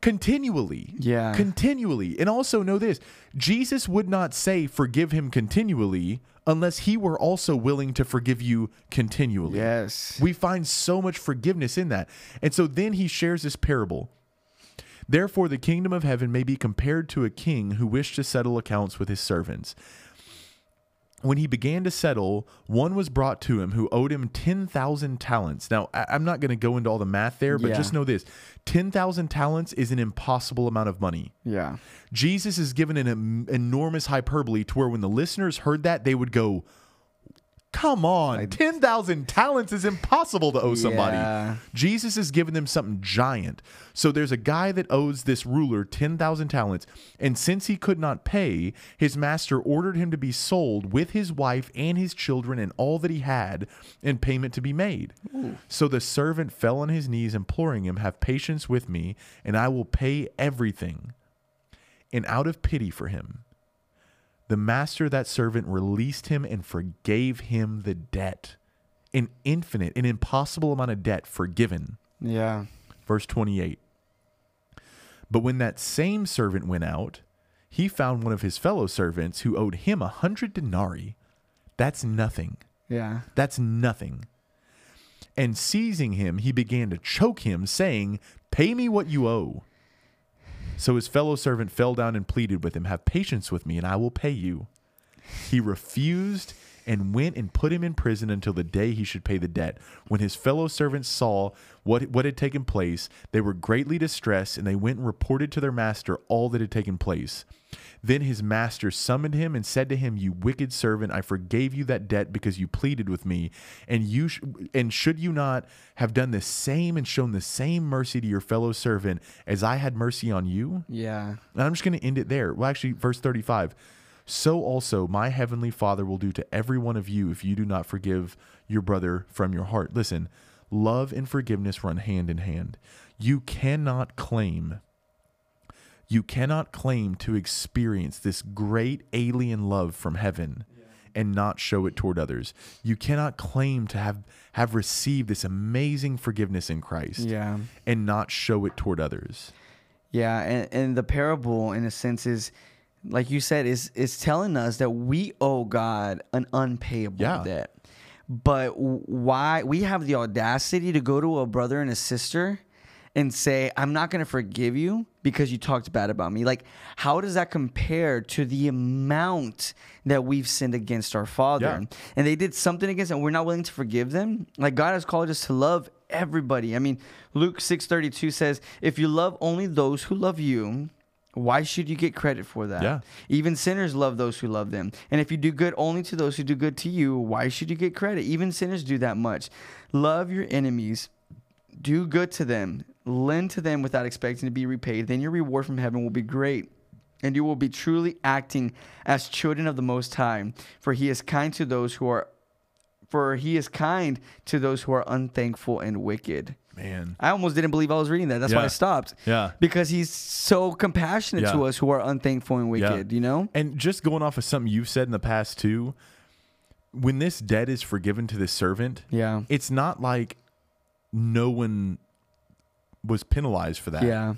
B: continually.
A: Yeah.
B: Continually. And also know this Jesus would not say, forgive him continually, unless he were also willing to forgive you continually.
A: Yes.
B: We find so much forgiveness in that. And so then he shares this parable. Therefore, the kingdom of heaven may be compared to a king who wished to settle accounts with his servants. When he began to settle, one was brought to him who owed him 10,000 talents. Now, I- I'm not going to go into all the math there, but
A: Yeah.
B: just know this 10,000 talents is an impossible amount of money.
A: Yeah.
B: Jesus is given an em- enormous hyperbole to where when the listeners heard that, they would go, Come on, 10,000 talents is impossible to owe somebody.
A: Yeah.
B: Jesus is giving them something giant. So there's a guy that owes this ruler 10,000 talents. And since he could not pay, his master ordered him to be sold with his wife and his children and all that he had and payment to be made. So the servant fell on his knees, imploring him, Have patience with me, and I will pay everything. And out of pity for him, the master of that servant released him and forgave him the debt. An infinite, an impossible amount of debt forgiven.
A: Yeah.
B: Verse 28. But when that same servant went out, he found one of his fellow servants who owed him a hundred denarii. That's nothing.
A: Yeah.
B: That's nothing. And seizing him, he began to choke him, saying, Pay me what you owe. So his fellow servant fell down and pleaded with him, Have patience with me, and I will pay you. He refused and went and put him in prison until the day he should pay the debt. When his fellow servants saw what, what had taken place, they were greatly distressed, and they went and reported to their master all that had taken place. Then his master summoned him and said to him, "You wicked servant, I forgave you that debt because you pleaded with me, and you sh- and should you not have done the same and shown the same mercy to your fellow servant as I had mercy on you?"
A: Yeah.
B: And I'm just going to end it there. Well, actually, verse 35. So also my heavenly Father will do to every one of you if you do not forgive your brother from your heart. Listen, love and forgiveness run hand in hand. You cannot claim you cannot claim to experience this great alien love from heaven and not show it toward others. You cannot claim to have have received this amazing forgiveness in Christ
A: Yeah.
B: and not show it toward others.
A: Yeah, and, and the parable, in a sense, is like you said, is is telling us that we owe God an unpayable
B: Yeah.
A: debt. But w- why we have the audacity to go to a brother and a sister and say, "I'm not going to forgive you because you talked bad about me." Like, how does that compare to the amount that we've sinned against our Father?
B: Yeah.
A: and they did something against and we're not willing to forgive them like god has called us to love everybody i mean luke 6.32 says if you love only those who love you why should you get credit for that
B: Yeah.
A: even sinners love those who love them and if you do good only to those who do good to you why should you get credit even sinners do that much love your enemies do good to them lend to them without expecting to be repaid then your reward from heaven will be great and you will be truly acting as children of the most high for he is kind to those who are for he is kind to those who are unthankful and wicked
B: Man.
A: i almost didn't believe i was reading that that's why i
B: Yeah.
A: stopped
B: Yeah.
A: because he's so compassionate
B: Yeah.
A: to us who are unthankful and wicked you know
B: And just going off of something you've said in the past too, when this debt is forgiven to the servant,
A: yeah
B: it's not like no one was penalized for that.
A: yeah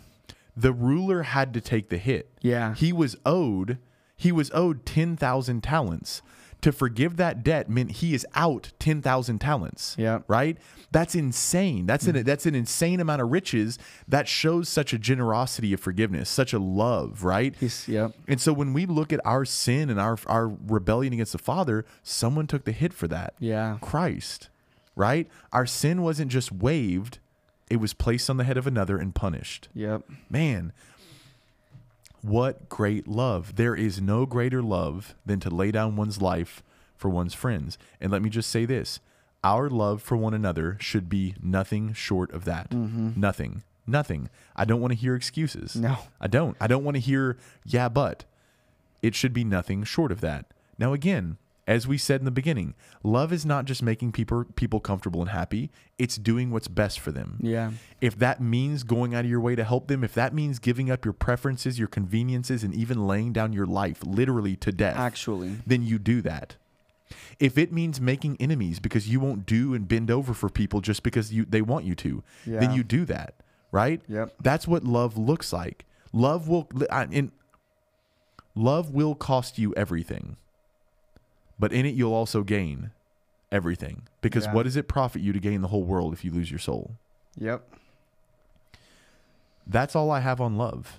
B: The ruler had to take the hit.
A: Yeah.
B: He was owed He was owed 10,000 talents. To forgive that debt meant he is out 10,000 talents.
A: Yeah. Mm.
B: Right? That's insane. That's an that's an insane amount of riches that shows such a generosity of forgiveness, such a love, right?
A: He's, yeah.
B: And so when we look at our sin and our our rebellion against the Father, someone took the hit for that.
A: Yeah.
B: Christ, right? Our sin wasn't just waived, it was placed on the head of another and punished.
A: Yep.
B: Man, what great love. There is no greater love than to lay down one's life for one's friends. And let me just say this our love for one another should be nothing short of that. Nothing. Nothing. I don't want to hear excuses.
A: No.
B: I don't. I don't want to hear, yeah, but it should be nothing short of that. Now, again, as we said in the beginning, love is not just making people people comfortable and happy. It's doing what's best for them.
A: Yeah.
B: If that means going out of your way to help them, if that means giving up your preferences, your conveniences, and even laying down your life literally to death,
A: Actually.
B: then you do that. If it means making enemies because you won't do and bend over for people just because you they want you to, then
A: Yeah.
B: you do that, right?
A: Yep.
B: That's what love looks like. Love will I- and love will cost you everything. But in it you'll also gain everything. Because
A: Yeah.
B: what does it profit you to gain the whole world if you lose your soul?
A: Yep.
B: that's all I have on love.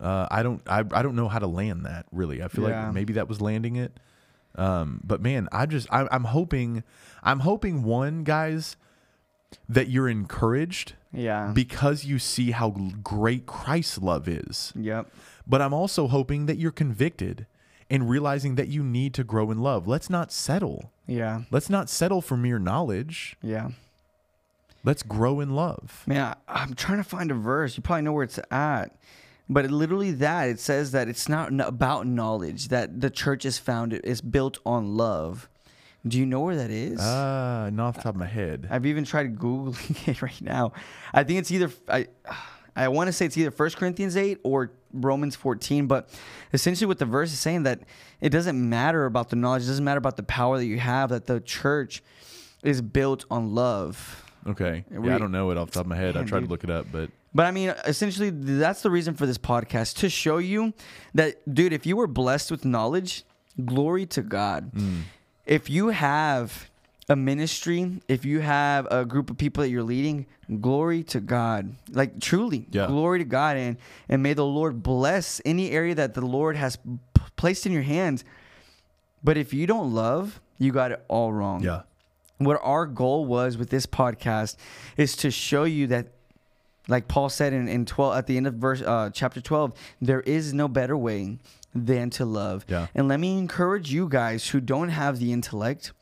B: Uh, I don't I, I don't know how to land that really. I feel
A: Yeah.
B: like maybe that was landing it. Um, but man, I just I, I'm hoping I'm hoping one guys that you're encouraged
A: Yeah.
B: because you see how great Christ's love is.
A: yep.
B: But I'm also hoping that you're convicted and realizing that you need to grow in love. Let's not settle.
A: Yeah.
B: Let's not settle for mere knowledge.
A: Yeah.
B: Let's grow in love.
A: Man, I, I'm trying to find a verse. You probably know where it's at. But it literally that it says that it's not n- about knowledge that the church is founded is built on love. Do you know where that is?
B: Ah, not off the top of my head.
A: I've even tried googling it right now. I think it's either I I want to say it's either 1 Corinthians 8 or Romans 14, but essentially what the verse is saying that it doesn't matter about the knowledge, it doesn't matter about the power that you have that the church is built on love.
B: Okay. Yeah,
A: we-
B: I don't know it off the top of my head. I
A: Man,
B: tried
A: dude.
B: to look it up, but
A: But I mean, essentially, that's the reason for this podcast to show you that, dude, if you were blessed with knowledge, glory to God.
B: Mm.
A: If you have a ministry, if you have a group of people that you're leading, glory to God. Like, truly,
B: Yeah.
A: glory to God. And, and may the Lord bless any area that the Lord has p- placed in your hands. But if you don't love, you got it all wrong
B: yeah.
A: what our goal was with this podcast is to show you that like paul said in, in 12 at the end of verse uh, chapter 12 there is no better way than to love
B: Yeah.
A: and let me encourage you guys who don't have the intellect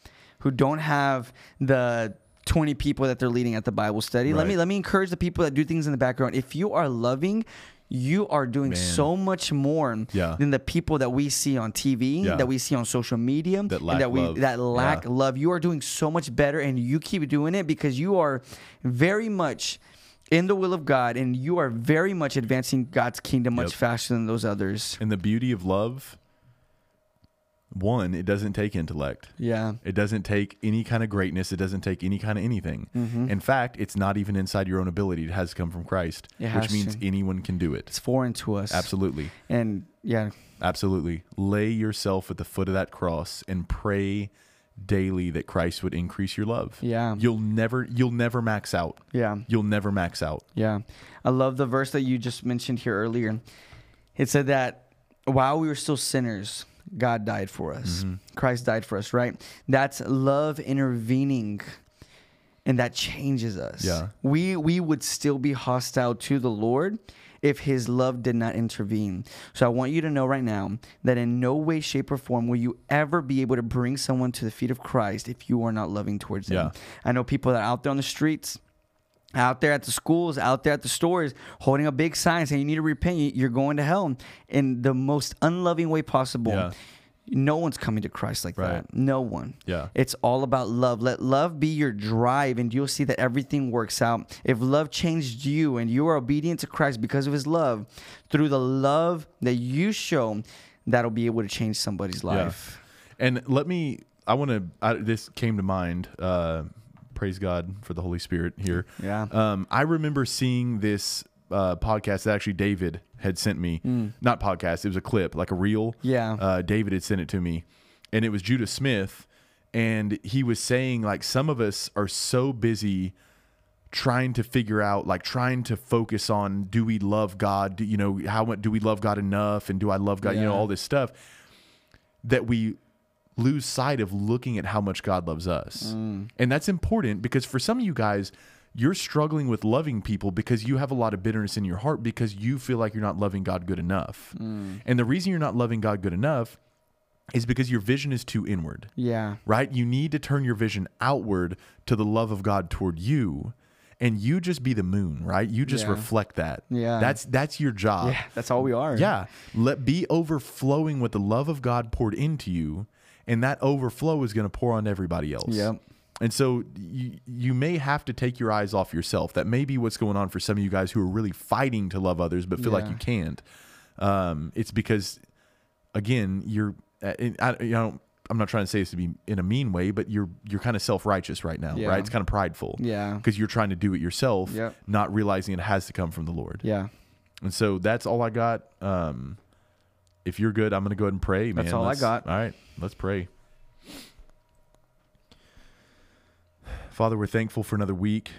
A: who don't have the 20 people that they're leading at the bible study let me
B: Right.
A: let me encourage the people that do things in the background if you are loving you are doing
B: Man.
A: so much more
B: Yeah.
A: than the people that we see on TV,
B: Yeah.
A: that we see on social media,
B: That
A: and
B: lack
A: that we
B: love.
A: that lack
B: Yeah.
A: love. You are doing so much better, and you keep doing it because you are very much in the will of God, and you are very much advancing God's kingdom much
B: Yep.
A: faster than those others.
B: And the beauty of love, one, it doesn't take intellect.
A: Yeah,
B: It doesn't take any kind of greatness. It doesn't take any kind of anything.
A: Mm-hmm.
B: In fact, it's not even inside your own ability. It has to come from Christ,
A: It
B: which
A: has
B: means
A: to.
B: anyone can do
A: it's
B: it.
A: foreign to us.
B: Absolutely.
A: And yeah,
B: Absolutely. Lay yourself at the foot of that cross and pray daily that Christ would increase your love.
A: Yeah.
B: You'll never you'll never max out.
A: yeah.
B: You'll never max out.
A: Yeah. I love the verse that you just mentioned here earlier. It said that while we were still sinners, God died for us.
B: Mm-hmm.
A: Christ died for us, right? That's love intervening and that changes us.
B: Yeah.
A: We we would still be hostile to the Lord if his love did not intervene. So I want you to know right now that in no way shape or form will you ever be able to bring someone to the feet of Christ if you are not loving towards them.
B: Yeah.
A: I know people that are out there on the streets out there at the schools, out there at the stores, holding a big sign saying you need to repent, you- you're going to hell in the most unloving way possible.
B: Yeah.
A: No one's coming to Christ like
B: Right.
A: that. No one.
B: Yeah.
A: It's all about love. Let love be your drive, and you'll see that everything works out. If love changed you and you are obedient to Christ because of his love, through the love that you show, that'll be able to change somebody's
B: Yeah.
A: life.
B: And let me, I want to, I, this came to mind. Uh, praise God for the Holy Spirit here.
A: Yeah.
B: Um, I remember seeing this uh, podcast that actually David had sent me. Not podcast, it was a clip, like a reel.
A: Hmm. Yeah.
B: Uh, David had sent it to me, and it was Judah Smith, and he was saying like some of us are so busy trying to figure out like trying to focus on do we love God? Do, you know how much do we love God enough? And do I love God? You know
A: Yeah.
B: all this stuff that we lose sight of looking at how much God loves us.
A: Mm.
B: And that's important because for some of you guys, you're struggling with loving people because you have a lot of bitterness in your heart because you feel like you're not loving God good enough.
A: Mm.
B: And the reason you're not loving God good enough is because your vision is too inward
A: Yeah.
B: right? You need to turn your vision outward to the love of God toward you. And you just be the moon, right? You just
A: Yeah.
B: reflect that.
A: Yeah.
B: That's that's your job.
A: Yeah. That's all we are.
B: Yeah. Let be overflowing with the love of God poured into you, and that overflow is going to pour on everybody else.
A: Yep.
B: And so you, you may have to take your eyes off yourself. That may be what's going on for some of you guys who are really fighting to love others but feel like
A: Yeah.
B: you can't. Um, it's because, again, you're. I, I, you know, I'm not trying to say this to be in a mean way, but you're you're kind of self righteous right now,
A: Yeah.
B: right? It's kind of prideful,
A: Yeah.
B: because you're trying to do it yourself,
A: Yep.
B: not realizing it has to come from the Lord.
A: Yeah.
B: And so that's all I got. Um, if you're good, I'm going to go ahead and pray, man.
A: That's all I
B: Let's-
A: got.
B: All right, let's pray. Father, we're thankful for another week,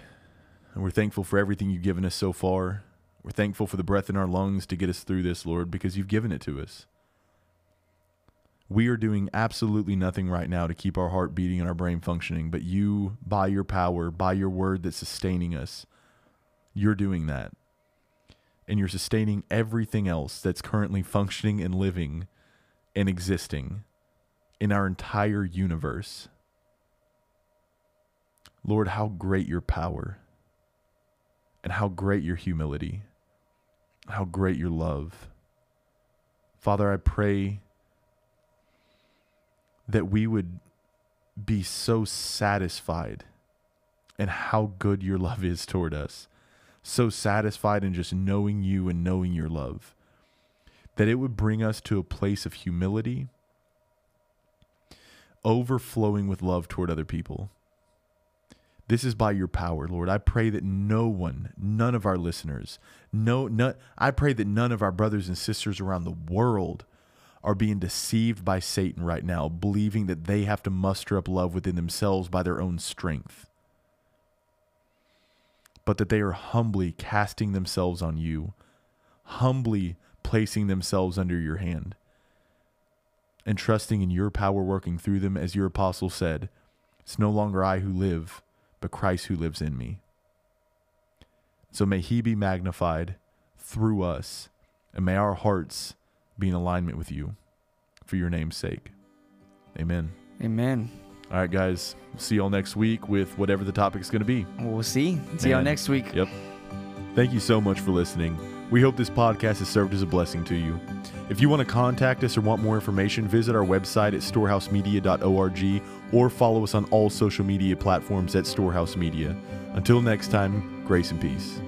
B: and we're thankful for everything you've given us so far. We're thankful for the breath in our lungs to get us through this, Lord, because you've given it to us. We are doing absolutely nothing right now to keep our heart beating and our brain functioning, but you, by your power, by your word that's sustaining us, you're doing that and you're sustaining everything else that's currently functioning and living and existing in our entire universe. Lord, how great your power and how great your humility, how great your love. Father, I pray that we would be so satisfied in how good your love is toward us so satisfied in just knowing you and knowing your love that it would bring us to a place of humility, overflowing with love toward other people. This is by your power, Lord. I pray that no one, none of our listeners, no, no I pray that none of our brothers and sisters around the world are being deceived by Satan right now, believing that they have to muster up love within themselves by their own strength but that they are humbly casting themselves on you, humbly placing themselves under your hand, and trusting in your power working through them, as your apostle said, It's no longer I who live, but Christ who lives in me. So may he be magnified through us, and may our hearts be in alignment with you for your name's sake. Amen.
A: Amen.
B: All right, guys. See y'all next week with whatever the topic's going to be.
A: We'll see. See y'all
B: Man.
A: next week.
B: Yep. Thank you so much for listening. We hope this podcast has served as a blessing to you. If you want to contact us or want more information, visit our website at storehousemedia.org or follow us on all social media platforms at Storehouse Media. Until next time, grace and peace.